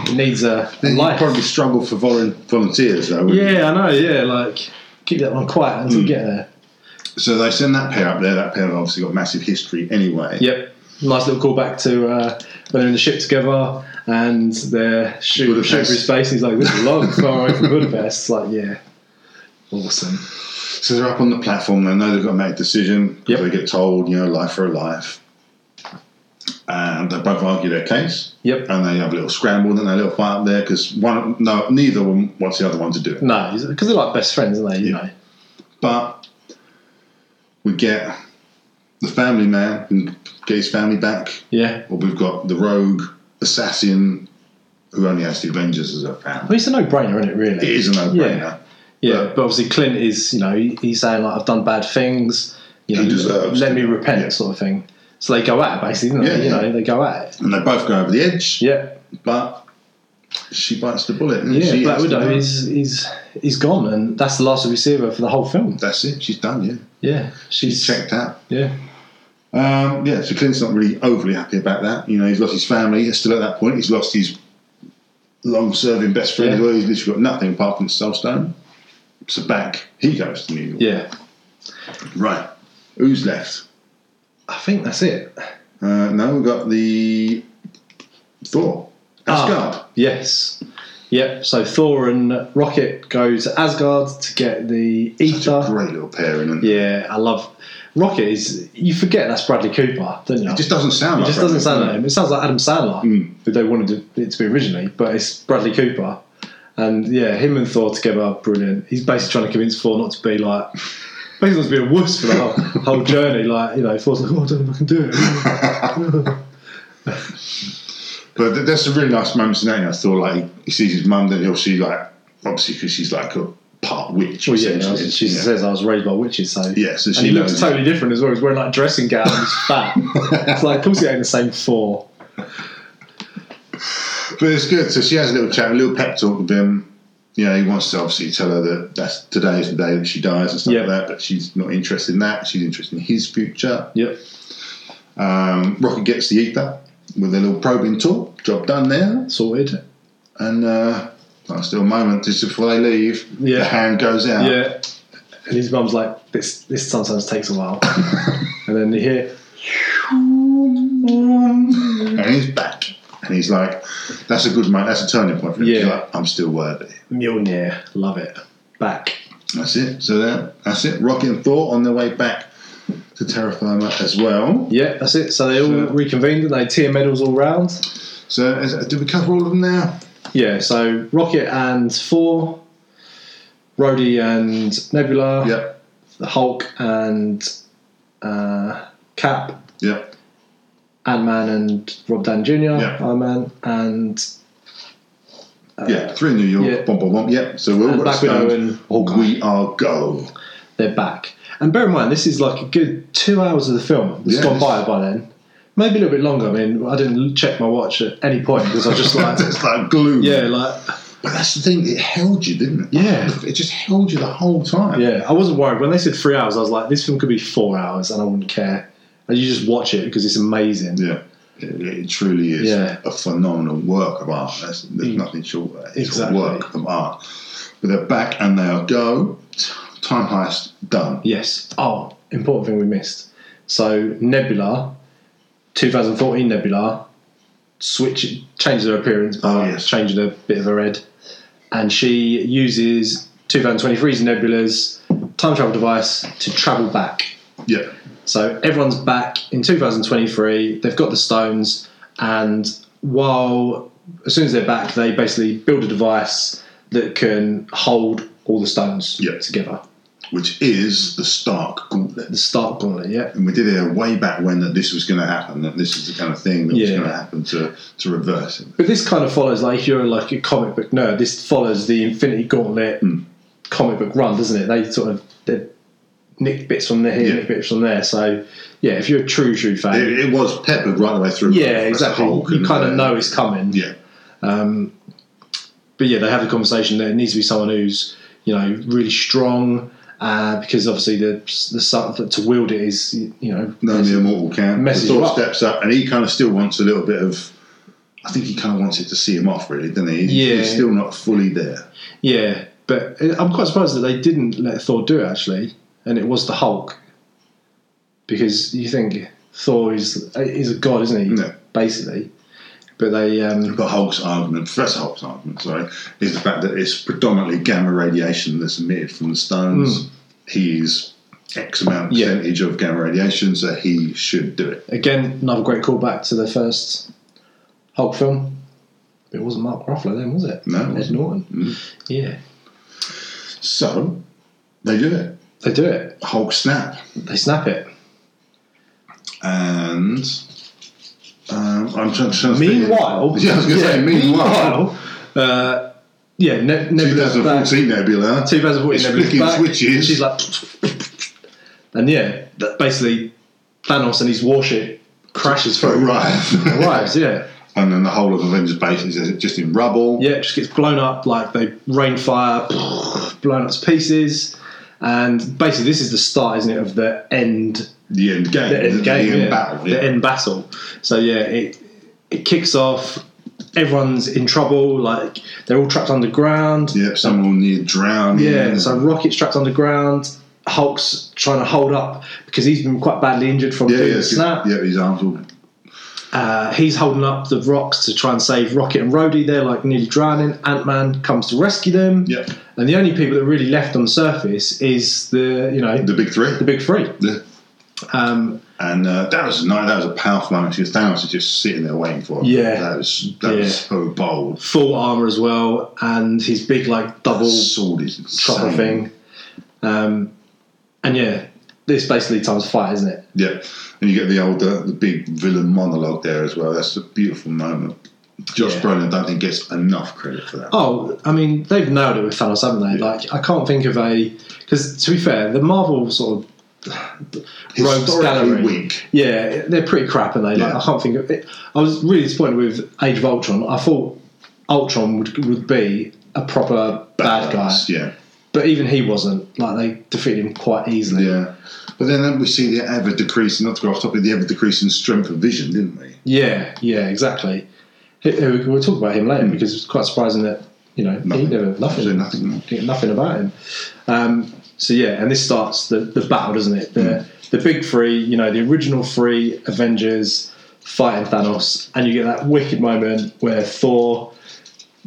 it needs a a
Then you'd
life.
probably struggle for volun- volunteers though. wouldn't you?
Yeah, I know, yeah, like, keep that one quiet until you get there.
So they send that pair up there. That pair have obviously got massive history anyway.
Yep. Nice little callback to uh, when they're in the ship together and they're shooting, shooting
Budapest.
through space. He's like, this is long, far away from Budapest. It's like, yeah. Awesome.
So they're up on the platform. They know they've got to make a decision. 'cause
Yep.
They get told, you know, life for a life. And they both argue their case,
Yep.
and they have a little scramble and a little fight up there because one, no, neither one wants the other one to do it.
No, because they're like best friends, aren't they? You
Yeah.
know.
But we get the family man and get his family back.
Yeah.
Or we've got the rogue assassin who only has the Avengers as a
Well,
family.
it's a no-brainer, isn't it?
It
Really.
is a no-brainer.
Yeah. Yeah.
but-
But obviously, Clint is you know he- he's saying like I've done bad things. You know,
He deserves
let
to.
me repent,
Yeah.
sort of thing. So they go at it, basically, don't they?
Yeah,
You
yeah.
know, they go at it.
And they both go over the edge.
Yeah.
but she bites the bullet. and
Yeah.
she
Black
has to
Widow
go.
is is is gone, and that's the last we see of her for the whole film.
That's it. She's done. Yeah,
Yeah.
she's
She's
checked out.
yeah.
Um, yeah, so Clint's not really overly happy about that. You know, he's lost his family. Still at that point, he's lost his long-serving best friend.
Yeah.
as Well, he's literally got nothing apart from his soul stone. So back he goes to New York.
Yeah.
Right, who's left?
I think that's it.
Uh, now we've got the Thor. Asgard.
Ah, Yes. Yep. So Thor and Rocket go to Asgard to get the
Such
ether.
a great little pairing. And
Yeah, I love Rocket. Is you forget that's Bradley Cooper, don't you?
It just doesn't
It
sound. like
just doesn't sound like him. It sounds like Adam Sandler,
Mm.
who they wanted it to be originally, but it's Bradley Cooper. And yeah, him and Thor together are brilliant. He's basically trying to convince Thor not to be like, basically wants to be a wuss for the whole, whole journey. Like, you know, Thor's like, oh, I don't know if I can do it.
But th- there's some really nice moments in that. You know, I thought like he sees his mum, then he'll see like obviously because she's like a part witch.
well, yeah,
essentially,
she
you know.
says I was raised by witches, so.
yeah. So
And
she
he looks
knows.
totally different as well. He's wearing like dressing gown and he's fat. it's like, of course, he ain't the same Thor.
but it's good. So she has a little chat, a little pep talk with him, you know, he wants to obviously tell her that that's today is the day that she dies and stuff
Yeah.
like that, but she's not interested in that. She's interested in his future.
Yep.
Um, Rocket gets the ether with a little probing tool. Job done there.
Sorted.
And uh, that's still a moment just before they leave. The
Yeah.
hand goes out.
Yeah. Um, And his mum's like, this this sometimes takes a while. and then you hear,
And he's back. And he's like, that's a good moment. That's a turning point for him. He's
Yeah.
like, I'm still worthy.
Mjolnir, love it. Back.
That's it. So that, that's it. Rocket and Thor on their way back to Terra Firma as well.
Yeah, that's it. So they all
Sure.
reconvened and they tear medals all round.
So is, did we cover all of them now?
Yeah, so Rocket and Thor, Rhodey and Nebula,
Yep.
the Hulk and uh, Cap,
Yep.
Ant Man and Rob Dan Jr.,
Yeah.
Iron Man, and
Yeah, three in New York.
Uh, yeah.
Bomb, bomb, bomb. Yep. So we're all
and
got
Black Widow
stoned.
and Hawkeye.
We are go.
They're back. And bear in mind, this is like a good two hours of the film that's
Yeah,
gone by
it's-
by then. Maybe a little bit longer. I mean, I didn't check my watch at any point because I was just like,
it's like glue.
yeah, like,
But that's the thing. It held you, didn't it?
yeah,
It just held you the whole time.
yeah. I wasn't worried when they said three hours. I was like, this film could be four hours, and I wouldn't care. And you just watch it because it's amazing.
Yeah. It, it truly is
Yeah.
a phenomenal work of art. There's, there's
Mm.
nothing short of that. It's
Exactly.
a work of art. But they're back and they are go. Time heist done.
Yes. Oh, important thing we missed. So Nebula, 2014 Nebula, switch changes her appearance by
Oh, yes.
changing a bit of her head, and she uses 2023's Nebula's time travel device to travel back.
Yeah.
So everyone's back in 2023. They've got the stones, and while as soon as they're back, they basically build a device that can hold all the stones
Yeah.
together.
Which is the Stark Gauntlet.
The Stark Gauntlet, yeah.
And we did it way back when that this was going to happen, that this is the kind of thing that was
Yeah.
going to happen to, to reverse it.
But this kind of follows, like, if you're like a comic book nerd, this follows the Infinity Gauntlet
Mm.
comic book run, doesn't it? They sort of they nick bits from there,
Yeah.
nick bits from there. So, yeah, if you're a true, true fan,
It, it was peppered right the way through.
yeah,
That's
exactly.
Hulk
you
and,
kind of
uh,
know it's coming.
Yeah,
Um, but yeah, they have a conversation that it needs to be someone who's, you know, really strong. Uh, because obviously the the stuff to wield it is you know
no, the immortal can.
Messes
Thor
you up.
steps up, and he kind of still wants a little bit of. I think he kind of wants it to see him off, really, doesn't he? He's,
Yeah.
he's still not fully there.
yeah but I'm quite surprised that they didn't let Thor do it actually and it was the Hulk because you think Thor is is a god isn't he
No.
basically but they um,
But Hulk's argument, Professor Hulk's argument, sorry, is the fact that it's predominantly gamma radiation that's emitted from the stones. He's X amount
Hmm. Yeah.
percentage of gamma radiation, so he should do it.
again another great callback to the first Hulk film it wasn't Mark Ruffalo then was it
No, it
Ed
wasn't.
Norton
Mm.
yeah
So they do it.
they do it
Hulk snap.
they snap it
and um, I'm trying, trying to
Meanwhile,
yeah, I was going to say meanwhile,
uh, yeah, ne- Nebula's back.
2014 Nebula,
2014
It's
Nebula's
flicking
back.
switches.
and She's like, and yeah, that basically Thanos and his warship crashes through.
arrive,
Arrives, yeah,
and then the whole of Avengers Base is just in rubble.
yeah, it just gets blown up. Like they rain fire, blown up to pieces, and basically this is the start, isn't it, of the end
The end game,
the end game,
the end
yeah.
battle,
the end battle. So yeah, it it kicks off. Everyone's in trouble. Like they're all trapped underground.
yeah. Someone near drowning.
Yeah, so Rocket's trapped underground. Hulk's trying to hold up because he's been quite badly injured from
yeah,
doing
yeah,
the snap.
yeah. His arms all
Uh, he's holding up the rocks to try and save Rocket and Rhodey. They're like nearly drowning. Ant Man comes to rescue them,
yeah.
and the only people that are really left on the surface is the you know
The big three.
the big three.
Yeah.
Um,
And uh, that was a night. That was a powerful moment because Thanos is just sitting there waiting for him.
Yeah.
that was that
Yeah.
was so bold.
full armor as well, and his big like double
Sword is insane.
chopper thing. Um, and yeah, this basically times fight, isn't it?
Yeah, and you get the old uh, the big villain monologue there as well. That's a beautiful moment. Josh
Yeah.
Brolin, I don't think gets enough credit for that.
Oh, I mean, they've nailed it with Thanos, haven't they?
Yeah.
Like, I can't think of a because to be fair, the Marvel sort of Rogues
Historically
Gallery.
weak.
yeah, they're pretty crap, and they like
Yeah.
I can't think of it. I was really disappointed with Age of Ultron. I thought Ultron would would be a proper bad guy.
Badass, Yeah.
But even he wasn't. Like they defeated him quite easily.
Yeah. But then we see the ever decreasing, not to go off topic, the ever decreasing strength of vision, didn't we?
Yeah, yeah, exactly. H- h- We'll talk about him later because it's quite surprising that you know he
Nothing.
never
Absolutely
nothing,
nothing.
nothing about him. Um, so yeah, and this starts the, the battle, doesn't it? The
Hmm.
the big three, you know, the original three Avengers fighting Thanos, and you get that wicked moment where Thor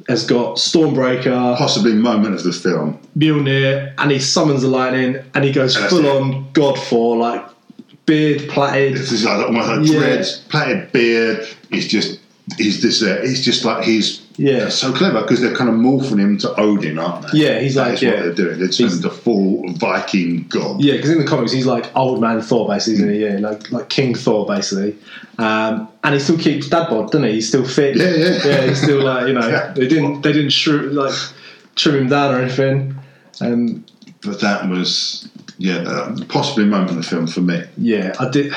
has got Stormbreaker,
Possibly moment of the film.
Mjolnir, and he summons the lightning, and he goes
And that's
full
it.
on God for like beard plaited.
This is like almost like
Yeah.
dread, plaited beard. He's just, he's this, uh, he's just like, he's
Yeah.
so clever because they're kind of morphing him to Odin, aren't they?
Yeah, he's
That
like
is
yeah.
what they're doing. They're turning
He's-
him to full Viking god.
Yeah, because in the comics he's like old man Thor, basically, isn't he? Yeah, like like King Thor, basically. Um, and he still keeps dad bod, doesn't he? He's still fit.
Yeah, yeah.
yeah. He's still like you know
Yeah.
they didn't they didn't shrew, like trim him down or anything. Um,
But that was, yeah, uh, possibly moment of the film for me.
yeah, I did.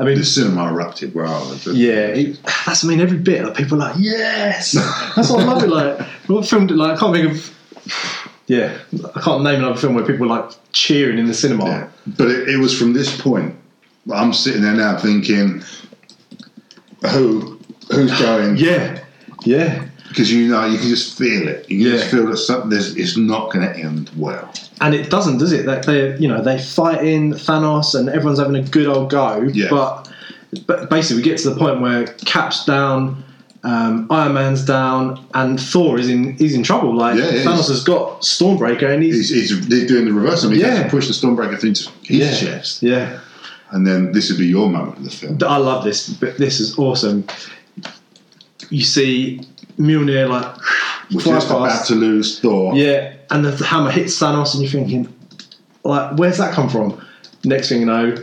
I mean,
The cinema erupted where I was.
yeah, it, that's I mean every bit. Like people are like yes, that's what I love. It like what film? Did, like I can't think of. Yeah, I can't name another film where people were like cheering in the cinema.
Yeah. But it, it was from this point. I'm sitting there now thinking, who, who's going?
yeah. yeah.
Because you know, you can just feel it. You can
Yeah.
just feel that something is it's not going to end well.
and it doesn't, does it? That they, you know, they fight in Thanos, and everyone's having a good old go.
Yeah.
But, but basically, we get to the point where Cap's down, um, Iron Man's down, and Thor is in he's in trouble. Like
Yeah, he
Thanos
is.
has got Stormbreaker, and he's,
He's, he's, they're doing the reverse. I mean,
Yeah.
yeah. push the Stormbreaker thing to his
yeah,
chest,
yeah.
and then this would be your moment of the film.
I love this. But this is awesome. You see Mjolnir like
We're
fly
just about
past,
to lose Thor.
yeah, and the hammer hits Thanos, and you're thinking, like, where's that come from? Next thing you know,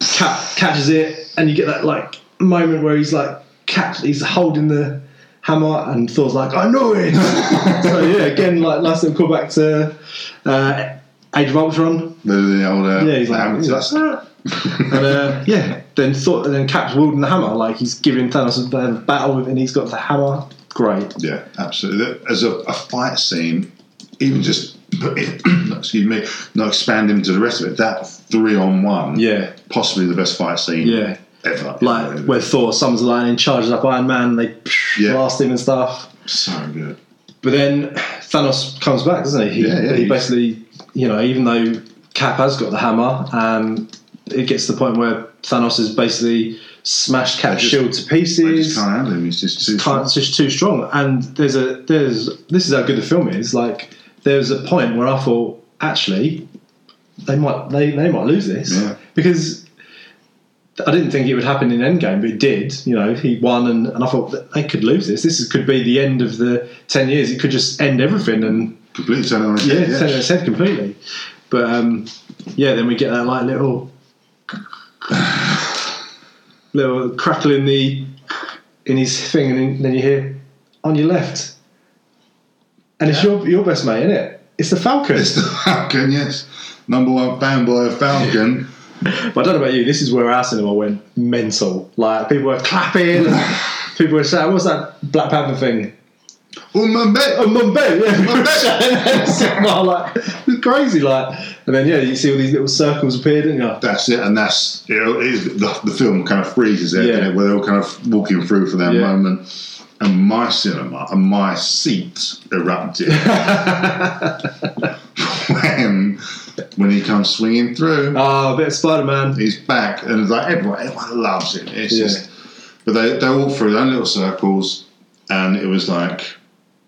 Cap catches it, and you get that like moment where he's like, catch, he's holding the hammer, and Thor's like, I know it. so yeah, again, like nice little callback to uh, Age of Ultron.
The, the old, uh,
Yeah, he's like,
hammer
he's like,
test.
"Ah." and uh, yeah, then Thor, then Cap's wielding the hammer, like he's giving Thanos a bit of a battle, with, and he's got the hammer. Great.
Yeah, absolutely. As a, a fight scene, even just put it, excuse me, not expanding to the rest of it. That three on one,
Yeah,
possibly the best fight scene
yeah.
ever.
like where Thor summons the lightning, charges up Iron Man, they
Yeah.
blast him and stuff.
so good.
But then Thanos comes back, doesn't he? he
Yeah, yeah,
he
he's-
basically, you know, even though Cap has got the hammer, um, it gets to the point where Thanos has basically smashed Cap's
They just-
shield to
I
pieces.
just can't handle him. He's just too.
can't- it's just too strong. And there's a there's this is how good the film is. Like there's a point where I thought actually they might they, they might lose this
Yeah.
because I didn't think it would happen in Endgame, but it did. You know, he won, and, and I thought that they could lose this. This is, could be the end of the ten years. It could just end everything, and
completely turn on his
yeah,
head,
turn its head completely. But um, yeah, then we get that like little little crackle in the in his thing, and then you hear on your left, and it's your your best mate, isn't it? It's the Falcon.
It's the Falcon, yes. Number one fanboy of Falcon.
But I don't know about you. This is where our cinema went mental. Like people were clapping. and People were shouting, what's that Black Panther thing?
Umambe!
Oh, Mumbai, yeah.
Mumbai.
Mumbai. like, it's crazy, like. And then, yeah, you see all these little circles appear, don't you?
That's it, and that's you know, it is, the, the film kind of freezes there,
Yeah.
doesn't it, where they're all kind of walking through for that
Yeah.
moment. And my cinema and my seat erupted when when he comes swinging through.
Oh, a bit of Spider Man.
He's back, and it's like everyone, everyone loves him. It's
Yeah.
just, but they they all through their own little circles, and it was like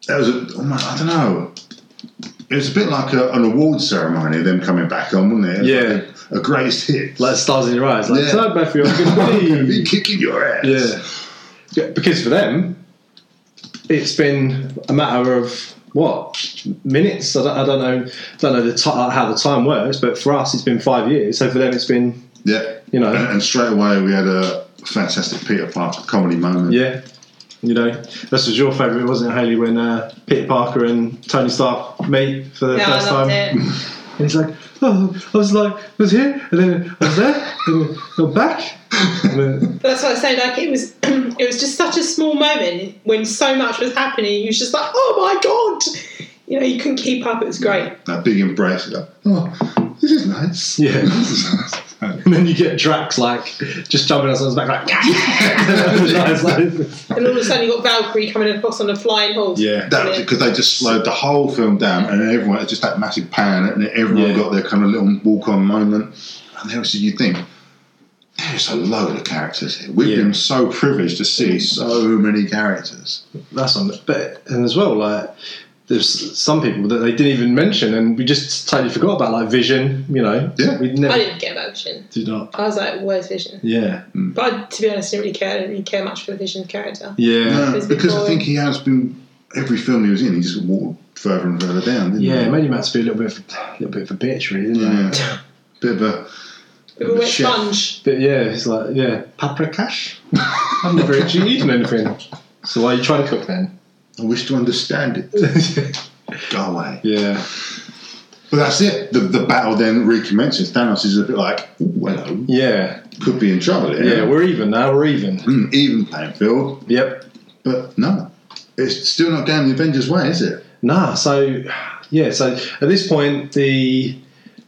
that was a, almost I don't know. It was a bit like a, an award ceremony, them coming back on, wasn't it?
Yeah.
a greatest hit.
Like stars in your eyes. Like,
Yeah.
yeah. Matthew, I'm good to
Gonna be
be."
kicking your ass.
Yeah. Yeah, Because for them, it's been a matter of what? Minutes? I don't, I don't know don't know the ti how the time works, but for us, it's been five years. So for them, it's been,
yeah.
you know.
And, and straight away we had a fantastic Peter Parker comedy moment.
Yeah. You know, this was your favourite, wasn't it, Haley, when uh, Peter Parker and Tony Stark meet for the
No, I
first time?
loved it.
And he's like, oh, I was like, I was here, and then I was there, and then I'm back. And then,
That's what I say. Like it was, it was just such a small moment when so much was happening. You was just like, oh my god, you know, you couldn't keep up. It was great.
That big embrace. Like, oh, this is nice.
Yeah.
This is nice.
and then you get Drax like just jumping on someone's back, like,
And all of a sudden, you got Valkyrie coming across on a flying horse.
Yeah, that was
Brilliant.
because they just slowed the whole film down, and everyone it's just that massive pan, and everyone
Yeah.
got their kind of little walk-on moment. And then obviously you think there's a load of characters here. We've
Yeah.
been so privileged to see so many characters.
that's on but and as well like there's some people that they didn't even mention and we just totally forgot about like vision you know
Yeah.
we
I
never
didn't get about Vision.
did not
I was like, where's Vision?
yeah
But I, to be honest, I didn't really care. I didn't really care much for the Vision character.
yeah
No,
Because
because I
before-
think he has been every film he was in, he just walked further and further down. Didn't
yeah it
he?
made him out to be a little bit of, a little bit of a bitch really didn't it
yeah. Bit of a
We were
The
with
chef.
Sponge.
but yeah it's like yeah paprikash I've never actually eaten anything so why are you trying to cook then
I wish to understand it. Go away.
yeah
But that's it. The, the battle then recommences. Thanos is a bit like, "Ooh, hello,
yeah
could be in trouble here.
yeah we're even now we're even
Mm, even playing field,
yep
but no, it's still not down the Avengers' way, is it?
nah so yeah so at this point the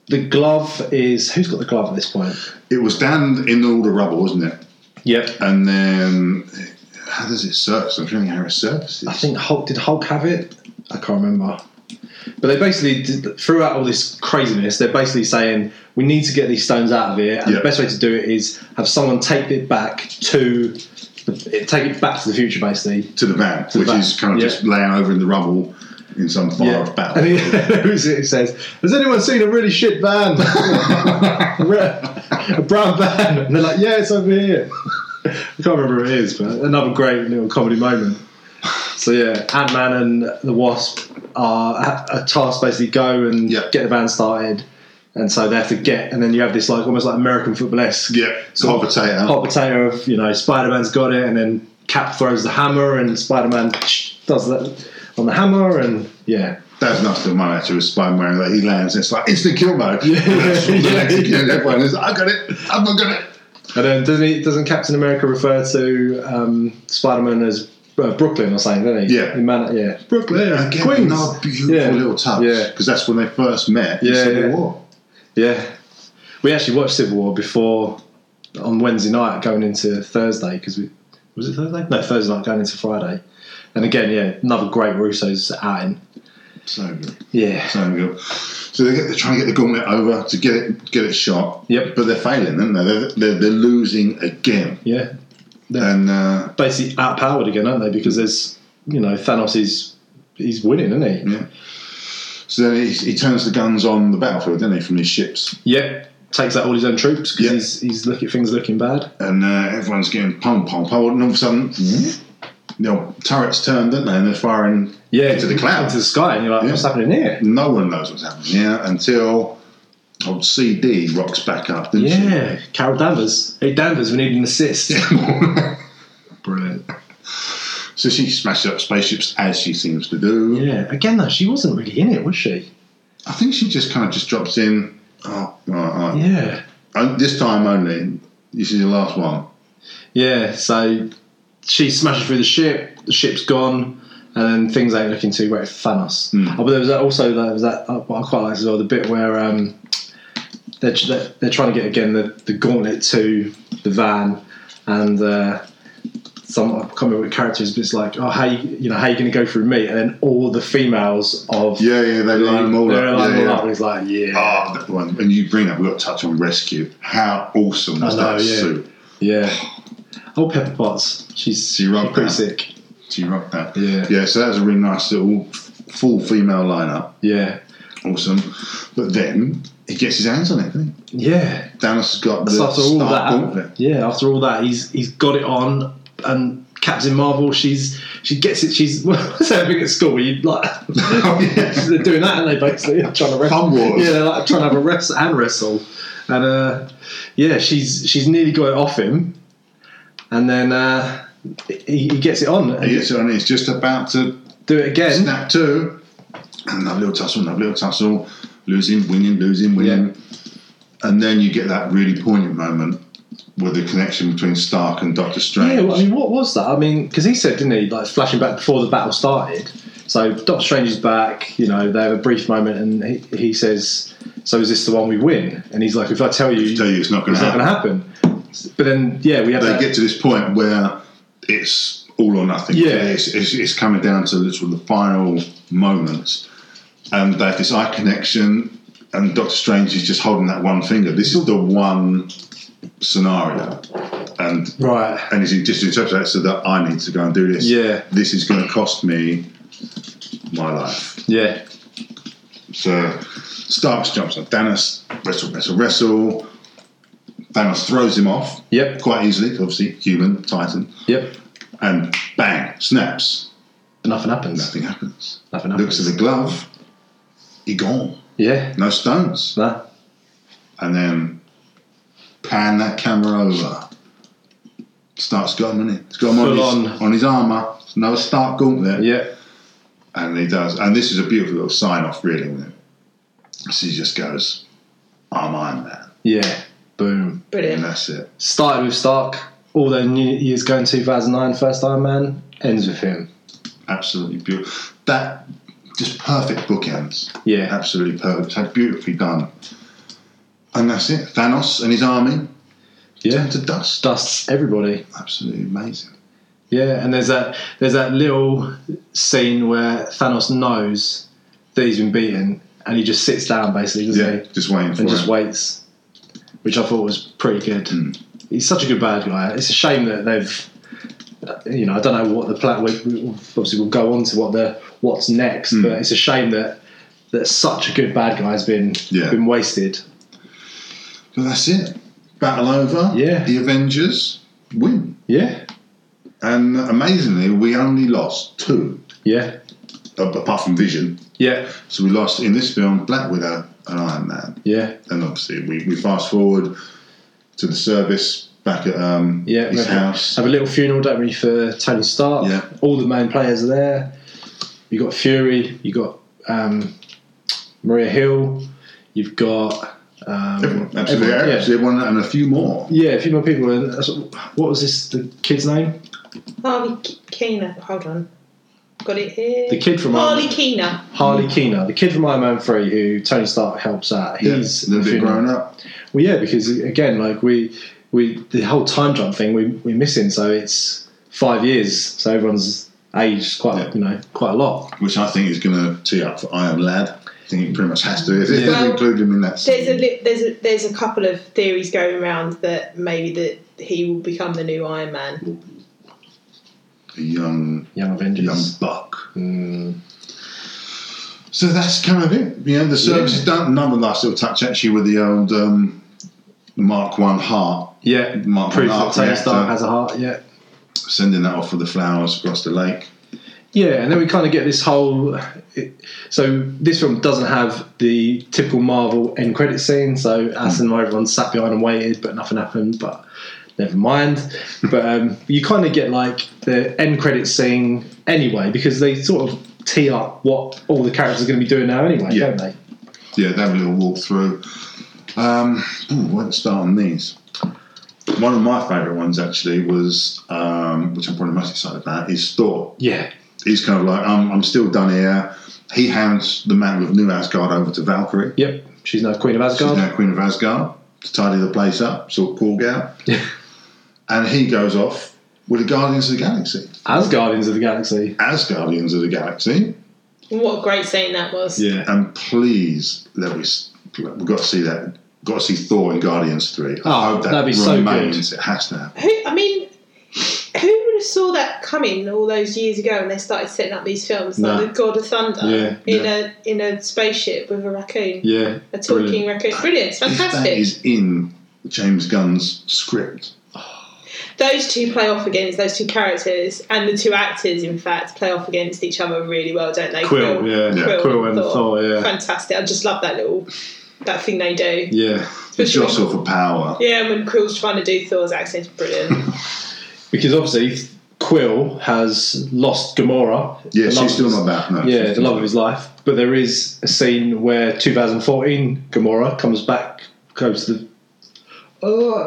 the glove is who's got the glove at this point
It was down in all the rubble, wasn't it?
yep
And then how does it surface? I'm trying to how it surfaces.
I think Hulk did Hulk have it? I can't remember. But they basically did, throughout all this craziness, they're basically saying we need to get these stones out of here, and
Yeah.
the best way to do it is have someone take it back to the, take it back to the future, basically.
to the van,
the
which
van,
is kind of
yeah.
just laying over in the rubble in some far off battle.
And he- it says, "Has anyone seen a really shit van? a brown van?" And they're like, "Yeah, it's over here." I can't remember who it is, but another great little comedy moment. So yeah, Ant Man and the Wasp are ha- are tasked to basically go and
Yeah.
get the van started, and so they have to get, and then you have this like almost like American football esque
yeah, so
Oh.
hot potato.
hot potato of you know Spider Man's got it, and then Cap throws the hammer, and Spider Man does that on the hammer, and yeah.
That's not the one actually with Spider Man. Like he lands, it's like instant kill mode.
Yeah.
yeah. Everyone is, I got it. I've not got it.
And then doesn't he, doesn't Captain America refer to um, Spider Man as uh, Brooklyn or something? Doesn't he?
Yeah.
In Man- yeah. Brooklyn.
Again,
Queens.
another beautiful
Yeah.
little touch.
Yeah.
Because that's when they first met. in
Yeah,
Civil
yeah.
War.
Yeah. We actually watched Civil War before on Wednesday night going into Thursday because we was it Thursday? No, Thursday night going into Friday. And again, yeah, another great Russo's outing.
So good.
Yeah.
So good. So they get, they're trying to get the gauntlet over to get it get it shot.
Yep.
But they're failing, aren't they? They're, they're, they're losing again.
Yeah. Yeah.
And uh,
Basically outpowered again, aren't they? Because there's you know Thanos is he's winning, isn't
Yeah. so then he, he turns the guns on the battlefield, doesn't he, from his ships?
he? Yep. Takes out all his own troops because
Yeah.
he's he's looking things looking bad.
And uh, everyone's getting pump, pump, pump. And all of a sudden, you know, turrets turn, don't they? And they're firing.
yeah,
into the cloud.
into the sky, and you're like,
Yeah.
what's happening here?
No one knows what's happening. Yeah. Until old CD rocks back up, doesn't she?
Yeah, Carol Danvers. Hey, Danvers, we need an assist. Brilliant.
so she smashes up spaceships as she seems to do.
Yeah, again though, she wasn't really in it, was she?
I think she just kind of just drops in. Oh, right, right.
Yeah.
And this time only. This is the last one.
Yeah, so she smashes through the ship, the ship's gone, and then things ain't looking too great for Thanos. Oh,
Mm.
but there was that also there was that uh, what I quite liked as well, the bit where um, they're, tr- they're trying to get again the, the gauntlet to the van, and uh, some I can't remember what character is, but it's like, oh, how you, you know how you going to go through me? And then all the females of
Yeah, yeah, they line them all
they're
up.
lining
yeah,
them
yeah.
up, and it's like, yeah,
Ah, that one. And you bring up, we've got to touch on rescue. How awesome was
I know,
that
yeah.
suit?
yeah. Oh, Pepper Potts, she's
She rocked
pretty
that.
sick.
Do you rock that?
Yeah.
Yeah, so that was a really nice little full female lineup.
Yeah,
Awesome. But then he gets his hands on it, doesn't
yeah.
he? Thanos has got the
So after all
Stark
that,
gauntlet.
yeah, after all that, he's he's got it on, and Captain Marvel, she's she gets it. She's what's that thing at school where you like
yeah.
they're doing that, and they basically are trying to wrestle.
Thumb wars.
Yeah, they're like trying to have a wrestle and wrestle, and uh, yeah, she's she's nearly got it off him, and then uh, he, he gets it on and
He gets it on, he's just about to
do it again.
snap to. And another little tussle, another little tussle. losing, winning, losing, winning. And then you get that really poignant moment with the connection between Stark and Doctor Strange.
Yeah, well, I mean, what was that? I mean, because he said, didn't he, like flashing back before the battle started. So Doctor Strange is back. You know, they have a brief moment, and he, he says, "So is this the one we win?" And he's like, "If I tell you,
I tell you it's not going
it's
to
not
happen.
going to happen." But then, yeah, we have
they
that.
get to this point where it's all or nothing.
Yeah.
it's, it's, it's coming down to literally the final moments, and they have this eye connection, and Doctor Strange is just holding that one finger. This is the one scenario, and
right.
and he just interprets that so that I need to go and do this.
Yeah.
this is going to cost me my life.
Yeah.
So Starks jumps on Thanos, wrestle, wrestle, wrestle. Thanos throws him off
Yep.
quite easily, 'cause obviously human, Titan,
Yep.
and bang, snaps.
But nothing happens.
Nothing happens.
Nothing
Looks
happens.
at the glove, he gone.
yeah.
No stones.
Nah.
And then pan that camera over. Stark's got him, is He's got him on
Full
his,
on.
on. his armour. No Stark gauntlet.
Yeah.
And he does. And this is a beautiful little sign off, really, with him. So he just goes, I'm Iron Man.
Yeah. Boom.
And
Brilliant.
that's it.
Started with Stark. All the New Year's going 2009 first Iron Man ends with him.
Absolutely beautiful. That just perfect bookends.
Yeah.
absolutely perfect. It's had beautifully done. And that's it. Thanos and his army
Yeah.
turned to dust.
Dusts everybody.
Absolutely amazing.
Yeah, and there's that there's that little scene where Thanos knows that he's been beaten, and he just sits down basically, doesn't
Yeah,
he,
just waiting for
and just
him.
waits, which I thought was pretty good.
Mm.
He's such a good bad guy. It's a shame that they've, uh, you know, I don't know what the plan. We, we- obviously, we'll go on to what the what's next,
Mm.
but it's a shame that that such a good bad guy has been
Yeah.
been wasted.
But that's it. Battle over.
Yeah.
The Avengers win.
Yeah,
And amazingly, we only lost two,
yeah,
a- apart from Vision.
yeah,
So we lost in this film Black Widow and Iron Man.
yeah,
And obviously, we, we fast forward to the service back at um,
yeah.
his house.
have a little funeral, don't we, for Tony Stark?
Yeah.
All the main players are there. You got Fury. You got um, Maria Hill. You've got um,
Everyone, absolutely,
everyone, yeah.
absolutely everyone, and a few more.
Yeah, a few more people. And that's- what was this? The kid's name?
Harley K- Keener. Hold on. Got it here.
The kid from
Harley
Harley,
Keener.
Mm.
Harley Keener, the kid from Iron Man Three, who Tony Stark helps out.
Yeah,
He's
a little bit
funeral.
grown up.
Well, yeah, because again, like we we the whole time jump thing we we're missing, so it's five years, so everyone's aged quite
Yeah.
you know quite a lot.
which I think is going to tee up for I Am Lad. I think it pretty much has to. If they
Yeah.
Well,
include him in that,
There's a
scene,
li- there's a there's a couple of theories going around that maybe that he will become the new Iron Man.
a young
Young Avengers.
young buck.
Mm,
So that's kind of it. You know, the service is done. None of us will touch actually with the old um, Mark One heart,
yeah,
Mark
proof
One
that
heart
Tony
reactor,
Stark has a heart. Yeah,
sending that off with the flowers across the lake.
yeah, and then we kind of get this whole. It, so this film doesn't have the typical Marvel end credit scene. So us and everyone sat behind and waited, but nothing happened. But never mind. but um, you kind of get like the end credit scene anyway because they sort of tee up what all the characters are going to be doing now anyway,
Yeah.
don't they?
Yeah, they have a little walk through. Um, ooh, let's start on these. One of my favourite ones actually was, um, which I'm probably most excited about, is Thor.
Yeah,
he's kind of like, I'm, I'm still done here. He hands the mantle of New Asgard over to Valkyrie.
yep. She's now Queen of
She's
Asgard.
now Queen of Asgard to tidy the place up, sort Korg out.
Yeah.
and he goes off with the Guardians of the Galaxy.
As Guardians of the Galaxy.
As Guardians of the Galaxy.
What a great scene that was.
Yeah.
And please, let me, s- we've got to see that. Got to see Thor in Guardians 3. I
Oh,
hope that
that'd be so
remains. It has to happen.
Who I mean, who would have saw that coming all those years ago when they started setting up these films like
No.
the God of Thunder
Yeah,
in a in a spaceship with a raccoon,
Yeah,
a talking raccoon. Brilliant, it's
If that
fantastic.
is in James Gunn's script,
those two play off against those two characters and the two actors, in fact, play off against each other really well, don't they?
Quill, yeah.
Yeah.
Quill and Thor, yeah.
fantastic. I just love that little that thing they do.
yeah.
the
Especially
jostle for power.
when, yeah, when Quill's trying to do Thor's accent, it's brilliant.
Because obviously, Quill has lost Gamora.
Yeah,
the love of
she's still
his-
not back. No,
Yeah,
She's
the love of his life. But there is a scene where 2014 Gamora comes back, goes to the,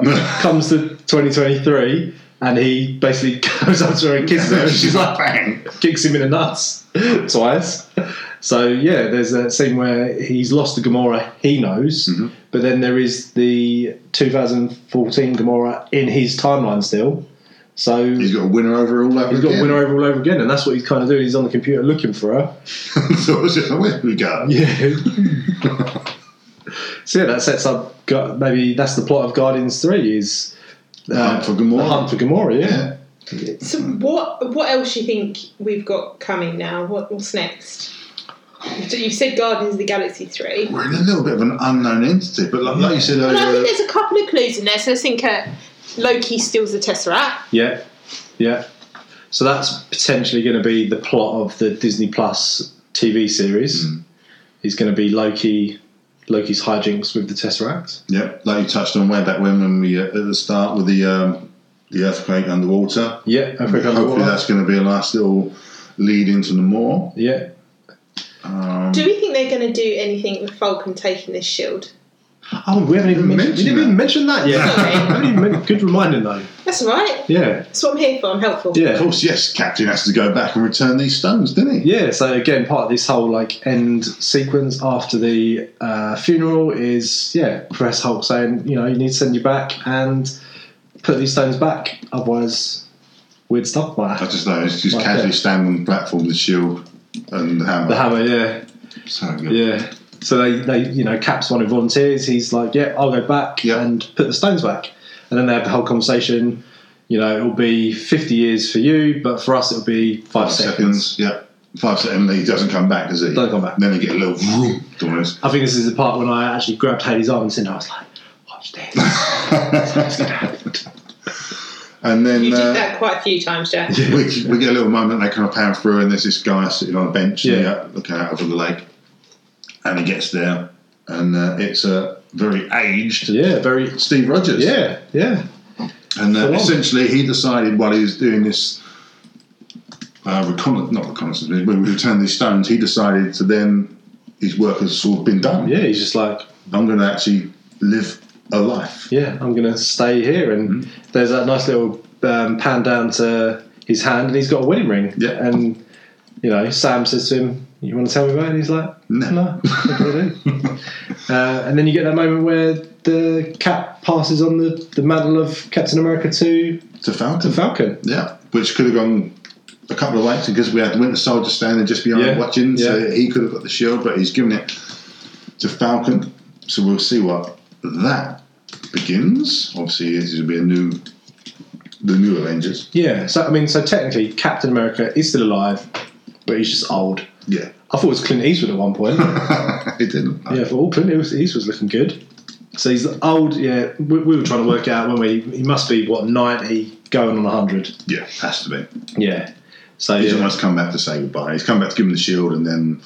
uh, comes to 2023, and he basically goes up to her and kisses her, and she's like,
bang.
kicks him in the nuts twice. So yeah, there's that scene where he's lost the Gamora he knows,
Mm-hmm.
but then there is the 2014 Gamora in his timeline still. So
He's got a winner over all over
he's got
again.
winner over all over again, and that's what he's kind of doing. He's on the computer looking for her.
so it's just, where we go?
Yeah. so yeah, that sets up Gu- maybe that's the plot of Guardians Three is uh,
Hunt for Gamora.
The hunt for Gamora, yeah.
Yeah.
So what what else do you think we've got coming now? What, what's next? So you've said Guardians of the Galaxy three.
We're in a little bit of an unknown entity, but like, like you said
But I
earlier,
think there's a couple of clues in there. So I think uh, Loki steals the Tesseract.
yeah, yeah. So that's potentially going to be the plot of the Disney Plus TV series. Is going to be Loki, Loki's hijinks with the Tesseract.
yeah, like you touched on way back when, when we uh, at the start with the um, the earthquake underwater.
Yeah, Africa
Hopefully,
underwater.
that's going to be a nice little lead into the more.
Yeah,
Um,
Do we think they're going to do anything with Falcon taking this shield?
Oh, we haven't even mentioned,
Didn't
we
mention
didn't
that.
even mention that yet.
Sorry.
Haven't even men- good reminder though.
That's all right.
Yeah,
That's what I'm here for. I'm helpful.
of
yeah,
course, yes, Captain has to go back and return these stones, didn't he?
yeah. So again, part of this whole like end sequence after the uh, funeral is yeah, Press Hulk saying you know you need to send you back and put these stones back, otherwise weird stuff might
I
happen.
just know, he's just
Like
casually
that.
standing on the platform, the shield and the hammer.
The hammer, yeah,
So good.
yeah. So they, they you know Cap's one who volunteers. He's like, yeah, I'll go back
Yeah.
and put the stones back, and then they have the whole conversation. You know, it'll be fifty years for you, but for us, it'll be five,
Five
seconds.
seconds. Yeah. Five seconds. He doesn't come back, does he?
Don't come back.
Then they get a little vroom, almost.
I think this is the part when I actually grabbed Haley's arm and said, I was like, watch this.
and
You
then
did
uh,
that quite a few times, Jack.
we, we get a little moment, they kind of pan through, and there's this guy sitting on a bench
Yeah.
yeah, looking out over the lake. And he gets there, and uh, it's a very aged
yeah, very.
Steve Rogers.
Yeah, yeah.
And uh,
Full on.
essentially, he decided while he was doing this uh, reconna- not reconnaissance, but when we returned these stones, he decided to then, his work has sort of been done.
Yeah, he's just like,
I'm going to actually live a life.
yeah, I'm going to stay here. And
Mm-hmm.
there's that nice little um, pan down to his hand, and he's got a wedding ring.
Yeah.
And, you know, Sam says to him, You want to tell me about it? And he's like,
No.
No. I don't know." uh, and then you get that moment where the cap passes on the, the mantle of Captain America to,
To Falcon.
to Falcon.
yeah, which could have gone a couple of ways because we had Winter Soldier standing just behind
Yeah,
watching, so
yeah.
he could have got the shield, but he's given it to Falcon. So we'll see what that begins. Obviously, this will be a new, the new Avengers.
Yeah, so I mean, so technically, Captain America is still alive, but he's just old.
Yeah,
I thought it was Clint Eastwood at one point. yeah,
it didn't.
I thought all Clint Eastwood Eastwood's looking good. So he's old. Yeah, we, we were trying to work out when we he must be what ninety going on hundred.
Yeah, has to be.
Yeah. So
He's
yeah,
almost come back to say goodbye. He's come back to give him the shield, and then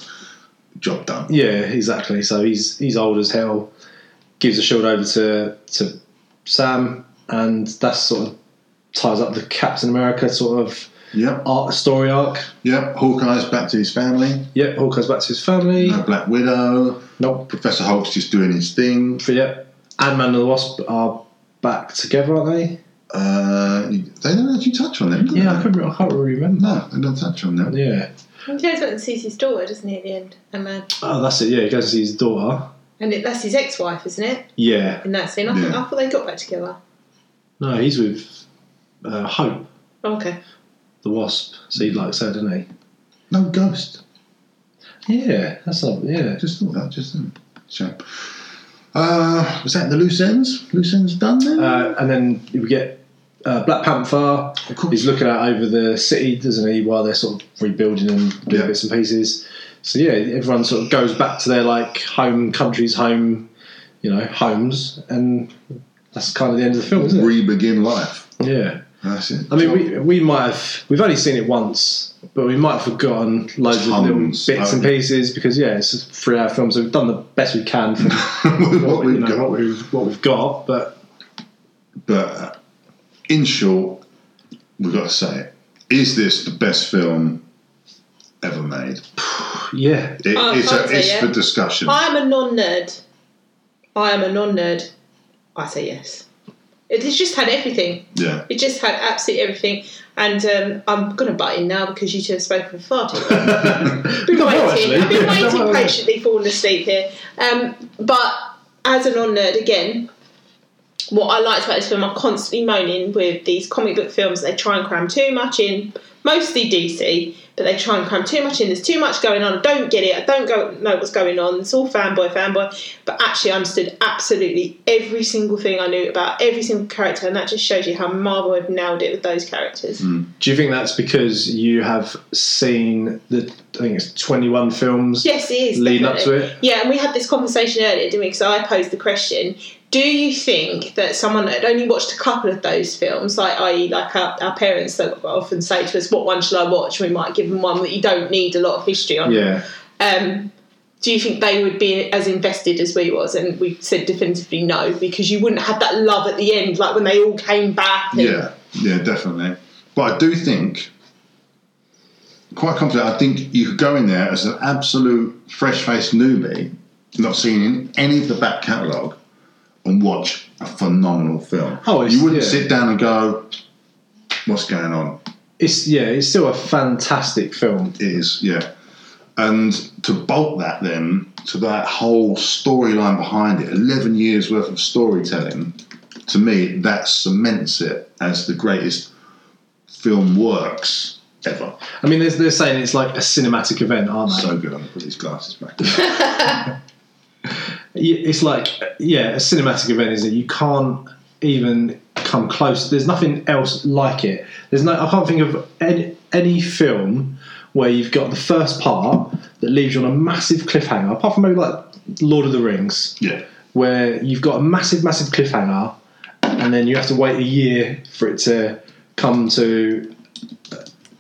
job done.
yeah, exactly. So he's he's old as hell. Gives the shield over to to Sam, and that sort of ties up the Captain America sort of
Yep,
art story arc.
yep. Hawkeye's back to his family.
Yep, all goes back to his family.
No Black Widow.
Nope.
Professor Hulk's just doing his thing.
But yeah, Ant Man and the Wasp are back together, aren't they?
Uh, they don't actually touch on them. do
Yeah,
they?
I, couldn't, I can't really remember.
No, they don't touch on them.
Yeah.
He goes back to Susie's daughter, doesn't he? At the end, and uh,
Oh, that's it. Yeah, he goes to see his daughter.
and it, that's his ex-wife, isn't it?
Yeah.
In that scene, I, think,
Yeah.
I thought they got back together.
No, he's with uh, Hope,
Oh, okay.
the wasp. So he likes her, doesn't
No ghost.
he? Yeah, that's not. Yeah.
Just thought that. Just then. Shame. Uh, was that the loose ends? Loose ends done then?
Uh, and then we get uh, Black Panther.
Of course.
He's looking out over the city, doesn't he, while they're sort of rebuilding and doing
Yeah.
bits and pieces. So yeah, everyone sort of goes back to their like home countries, home, you know, homes, and that's kind of the end of the film, isn't it?
Re-begin life.
yeah.
That's it.
I mean, we, we might have we've only seen it once, but we might have forgotten loads of little
Tons.
bits and
Oh, yeah.
pieces because yeah, it's a three-hour film, so we've done the best we can from
what
what, we,
we've
you know,
got.
what we've what we've got. But
But uh, in short, we've got to say it. is this the best film ever made?
Yeah.
It,
Oh,
it's a,
I'd say
it's
yeah.
for discussion.
I am a non nerd. I am a non nerd. I say yes. It it's just had everything.
yeah.
It just had absolutely everything. And um, I'm going to butt in now because you two have spoken for far too long. I've been
No, no,
waiting. I've
actually.
been
Yeah, no, no,
waiting
no.
patiently, falling asleep here. Um, but as a non nerd, again, what I liked about this film, I'm constantly moaning with these comic book films. They try and cram too much in, mostly DC, but they try and cram too much in. There's too much going on. I don't get it. I don't go know what's going on. It's all fanboy, fanboy. But actually, I understood absolutely every single thing I knew about every single character, and that just shows you how Marvel have nailed it with those characters.
Do you think that's because you have seen the I think it's twenty one films?
Yes, it is.
Leading up
definitely.
to it?
Yeah, and we had this conversation earlier, didn't we? Because I posed the question Do you think that someone that had only watched a couple of those films, like i.e., like our, our parents that often say to us, What one shall I watch? And we might give them one that you don't need a lot of history on.
Yeah.
Um, do you think they would be as invested as we was? And we said definitively no, because you wouldn't have that love at the end, like when they all came back. and-
Yeah, yeah, definitely. But I do think, quite confident, I think you could go in there as an absolute fresh faced newbie, not seen in any of the back catalogue, and watch a phenomenal film.
Oh, it's-
you wouldn't
yeah.
sit down and go, What's going on?
It's yeah, it's still a fantastic film.
It is, yeah. And to bolt that then to that whole storyline behind it, 11 years worth of storytelling, to me, that cements it as the greatest film works ever.
I mean they're, they're saying it's like a cinematic event, aren't they?
So good. I'm going to put these glasses back.
Y- it's like yeah, a cinematic event is that you can't even come close. There's nothing else like it. There's no. I can't think of any, any film where you've got the first part that leaves you on a massive cliffhanger, apart from maybe like Lord of the Rings,
yeah.
where you've got a massive, massive cliffhanger, and then you have to wait a year for it to come to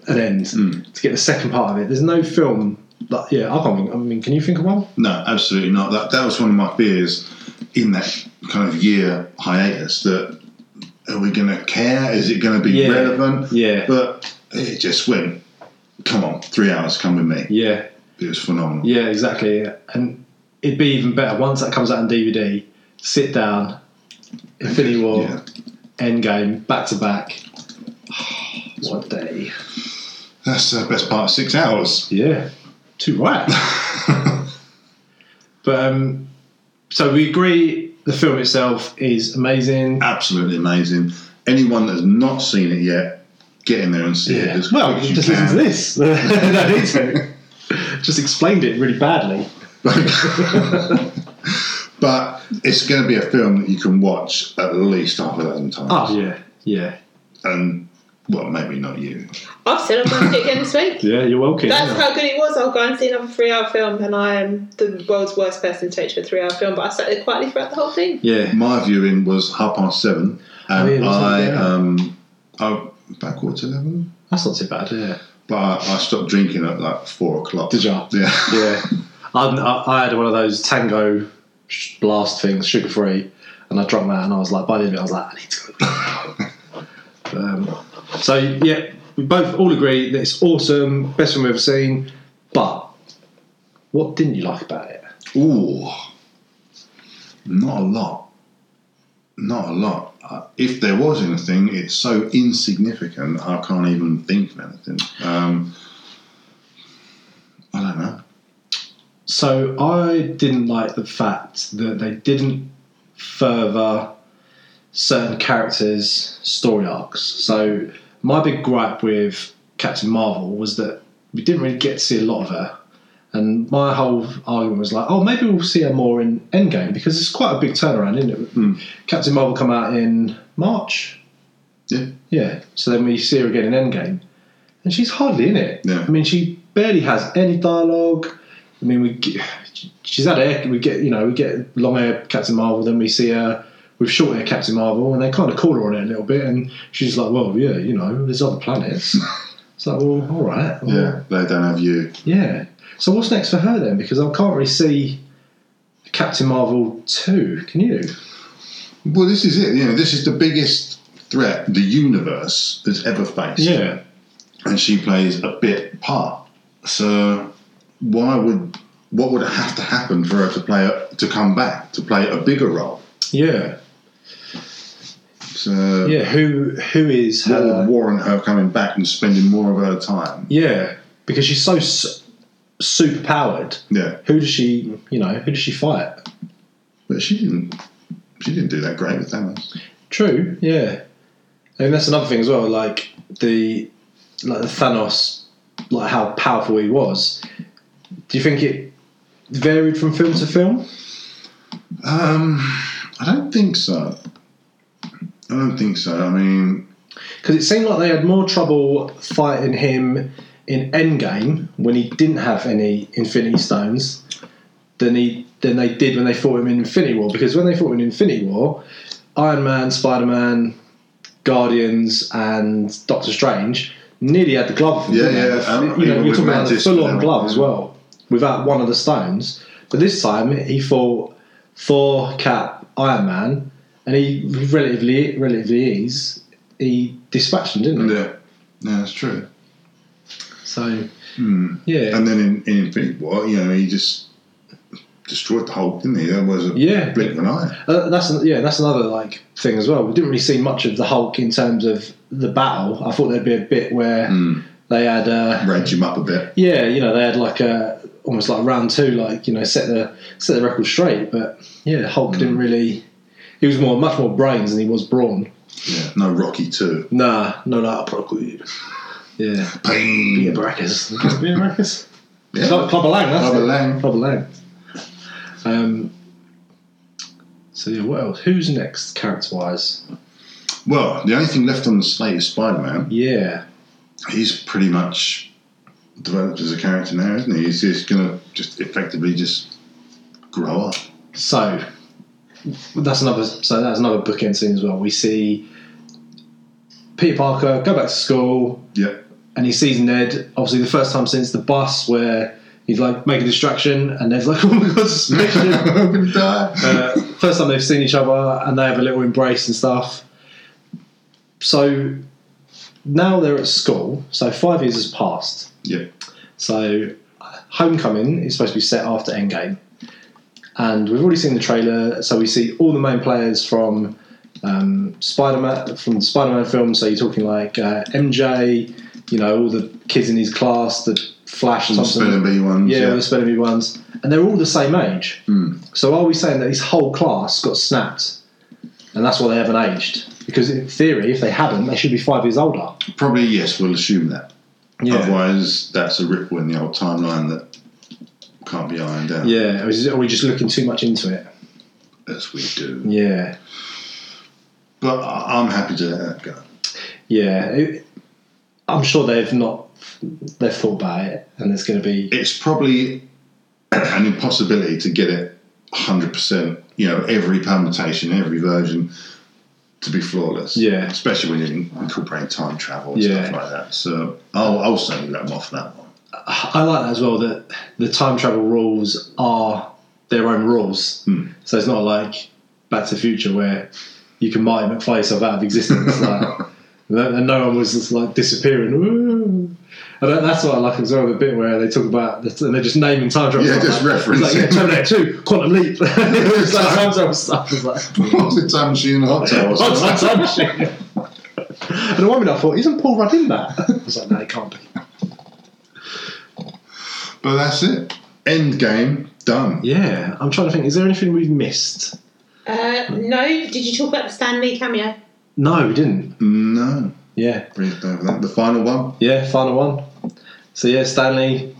an end to get the second part of it. There's no film. That, yeah, I can't. Think, I mean, can you think of one?
No, absolutely not. That that was one of my fears in that kind of year hiatus. That are we going to care? Is it going to be
Yeah.
relevant?
Yeah.
But it just went. Come on, three hours. Come with me.
Yeah.
It was phenomenal.
Yeah, exactly. And it'd be even better once that comes out on DVD. Sit down, Infinity War,
Yeah.
Endgame, back to back. What a day!
That's the best part of six hours.
Yeah, too right. but um, so we agree. The film itself is amazing.
Absolutely amazing. Anyone that's not seen it yet, get in there and see it as
Well,
quick as you
just
can.
listen to this. no need to. Just explained it really badly.
But it's going to be a film that you can watch at least half a dozen times.
Oh yeah, yeah,
And, well, maybe not you.
I've said I'm going to see it again this week.
yeah. You're welcome.
That's how good it was. I'll go and see another three hour film, and I am the world's worst person to take to a three hour film, but I sat there quietly throughout the whole thing.
yeah,
My viewing was half past seven, and
Oh, yeah, wasn't
I,
it? Yeah.
um, I about quarter to eleven,
that's not too bad. Yeah.
but I, I stopped drinking at like four o'clock.
Did ya?
Yeah.
Yeah, I, I, I had one of those Tango sh- blast things, sugar free, and I drank that, and I was like, by the end of it, I was like, I need to go. um, so yeah, we both all agree that it's awesome, best film we've ever seen. But what didn't you like about it?
Ooh, not a lot. Not a lot. Uh, if there was anything, it's so insignificant I can't even think of anything. Um, I don't know.
So I didn't like the fact that they didn't further certain characters' story arcs. So my big gripe with Captain Marvel was that we didn't really get to see a lot of her. And my whole argument was like, oh, maybe we'll see her more in Endgame because it's quite a big turnaround, isn't it? Captain Marvel come out in March.
Yeah.
Yeah. So then we see her again in Endgame, and she's hardly in it.
Yeah.
I mean, she barely has any dialogue. I mean, we get, she's had air. We get you know we get long hair Captain Marvel, then we see her with short hair Captain Marvel, and they kind of call her on it a little bit, and she's like, well, yeah, you know, there's other planets. it's like, well, all right, well,
Yeah, they don't have you.
yeah. So what's next for her then? Because I can't really see Captain Marvel two. Can you?
Well, this is it. You know, this is the biggest threat the universe has ever faced. and she plays a bit part. So why would what would have to happen for her to play a, to come back to play a bigger role?
Yeah,
So
yeah. Who who is
what would
her?
warrant her coming back and spending more of her time?
Yeah, because she's so s- super powered.
Yeah,
Who does she? You know, who does she fight?
but she didn't. She didn't do that great with Thanos.
True. Yeah. I mean, that's another thing as well. Like the like the Thanos, like how powerful he was. Do you think it varied from film to film?
Um, I don't think so. I don't think so. I mean,
Because it seemed like they had more trouble fighting him in Endgame when he didn't have any Infinity Stones than he than they did when they fought him in Infinity War. Because when they fought him in Infinity War, Iron Man, Spider Man, Guardians, and Doctor Strange nearly had the glove.
Yeah,
didn't they?
yeah, I remember
You know,
even
you're
with
talking about the
Mantis
full on
and
glove as
everything.
well, without one of the stones. But this time he fought Thor, Cap, Iron Man, and he relatively relatively ease he dispatched them, didn't he?
yeah, no, that's true.
So
Hmm.
yeah,
And then in, in Infinity War, you know, he just destroyed the Hulk, didn't he? That was a
Yeah.
blink of an eye.
uh, that's an- yeah, that's another like thing as well. We didn't really see much of the Hulk in terms of the battle. I thought there'd be a bit where
Mm.
they had uh,
Rage him up a bit.
yeah, you know, they had like a almost like round two, like you know, set the set the record straight. But yeah, Hulk didn't really. He was more much more brains than he was brawn.
Yeah. No Rocky too.
Nah, no, no, probably. Yeah, beer
Bang.
brackers, beer brackers.
Yeah.
Club, Club of Lang, that's
Club of
it.
Lang.
Club of Lang. Um, so yeah, what else? Who's next character wise?
Well, the only thing left on the slate is Spider-Man.
Yeah,
He's pretty much developed as a character now, isn't he? He's just going to just effectively just grow up.
so that's another. So that's another bookend scene as well. We see Peter Parker go back to school,
Yeah.
and he sees Ned. Obviously, the first time since the bus where he's like make a distraction, and Ned's like, "Oh my god, suspicion!"
I'm gonna die.
uh, first time they've seen each other and they have a little embrace and stuff. So now they're at school. So five years has passed.
yeah.
So Homecoming is supposed to be set after Endgame, and we've already seen the trailer. So we see all the main players from um, Spider-Man from the Spider-Man film. So you're talking like uh, MJ, you know, all the kids in his class, the Flash,
Some
Thompson,
spelling bee ones.
yeah,
Yeah.
all the spelling bee ones, and they're all the same age.
Hmm.
So are we saying that his whole class got snapped, and that's why they haven't aged? Because in theory, if they hadn't, they should be five years older.
Probably, yes, we'll assume that. Otherwise, that's a ripple in the old timeline that can't be ironed out.
yeah. Or is- Are we just looking too much into it?
As we do.
Yeah,
But I- I'm happy to let that go.
yeah. It- I'm sure they've not they've thought about it, and there's going to be
It's probably an impossibility to get it 100%, you know, every permutation, every version to be flawless.
Yeah.
Especially when you incorporate time travel and
Yeah.
stuff like that. So I'll, I'll certainly let them off that one.
I like that as well that the time travel rules are their own rules.
Hmm.
So it's not like Back to the Future where you can Marty McFly yourself out of existence. like, and no one was just like disappearing. Ooh. And that, that's what I like as well the bit where they talk about the, and they're just naming time travel.
Yeah,
It's
just
like,
referencing.
It's like, yeah, Terminator 2, Quantum Leap. it's like time travel stuff. It's like,
What was it, Time Machine and Hot Tub or
What's
something?
that time machine? and at one minute I thought, isn't Paul Rudd in that? I was like, no, it can't be.
But that's it. End game, done.
Yeah, I'm trying to think. Is there anything we've missed?
Uh, no, did you talk about the Stan Lee cameo?
No, we didn't.
No.
Yeah,
Breathe over that. The final one.
yeah, final one. So yeah, Stanley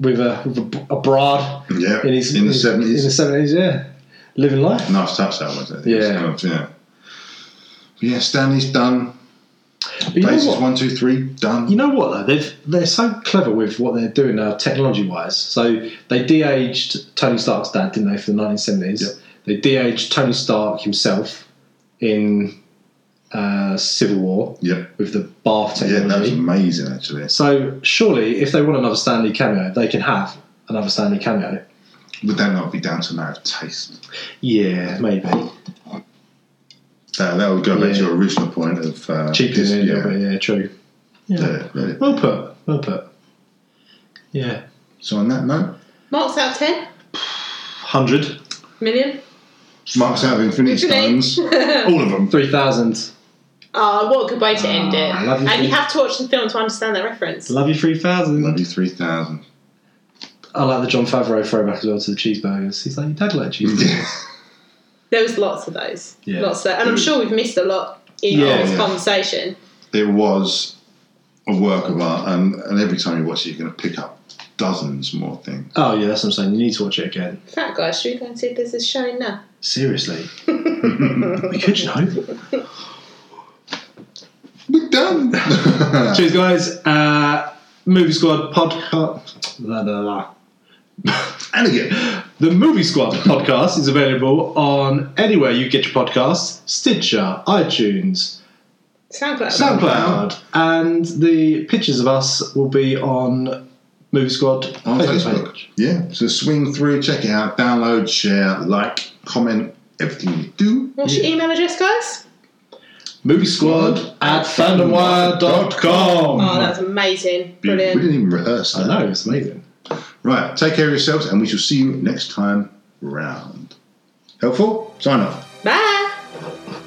with a with a, a broad
Yeah.
in his
the
his-
70s.
In the seventies, yeah, living life.
Nice touch that was. I think.
Yeah.
It's kind of, yeah. But yeah, Stanley's done.
But you know
Bases
what?
one, two, three, done.
You know what though? They've they're so clever with what they're doing now, technology wise. So they de-aged Tony Stark's dad, didn't they, for the nineteen seventies?
Yep.
They de-aged Tony Stark himself in uh, Civil War
Yep.
with the bath
Yeah,
technology.
that was amazing actually.
So surely, if they want another Stanley cameo, they can have another Stanley cameo.
Would that not be down to a matter of taste?
Yeah, maybe.
That, that would go back to
Yeah.
your original point of uh,
Cheaper
this-
than
yeah.
yeah. yeah, true. Yeah.
Let it- let it-
Well put. Well put. Yeah.
So on that note,
Marks out of 10
100.
million.
marks out of Infinity Stones, all of them.
3,000.
Oh, what a good way to end it.
Ah, lovely.
And you have to watch the film to understand that reference.
Love you 3,000.
Love you three thousand.
I like the John Favreau throwback as well to the cheeseburgers. He's like, your dad liked cheeseburgers.
There was lots of those.
Yeah.
Lots of, and I'm sure we've missed a lot in
Yeah,
this
yeah.
conversation.
It was a work of art, and, and every time you watch it, you're going to pick up dozens more things.
oh, yeah, that's what I'm saying. You need to watch it again.
Fat guy, should we go and see if there's a show now?
Seriously. we could, you know.
We're done.
Cheers, guys. Uh, Movie Squad podcast. La, la, la.
and again.
The Movie Squad podcast is available on anywhere you get your podcasts Stitcher, iTunes,
SoundCloud.
SoundCloud, and the pictures of us will be on Movie Squad
on Facebook.
page.
Yeah, so swing through, check it out, download, share, like, comment, everything you do.
What's your email address, guys?
Movie Squad at fandomwire.com.
Oh, that's amazing. Brilliant.
We didn't even rehearse
I
that.
know, it's amazing.
Right, take care of yourselves, and we shall see you next time round. Helpful? Sign off.
Bye.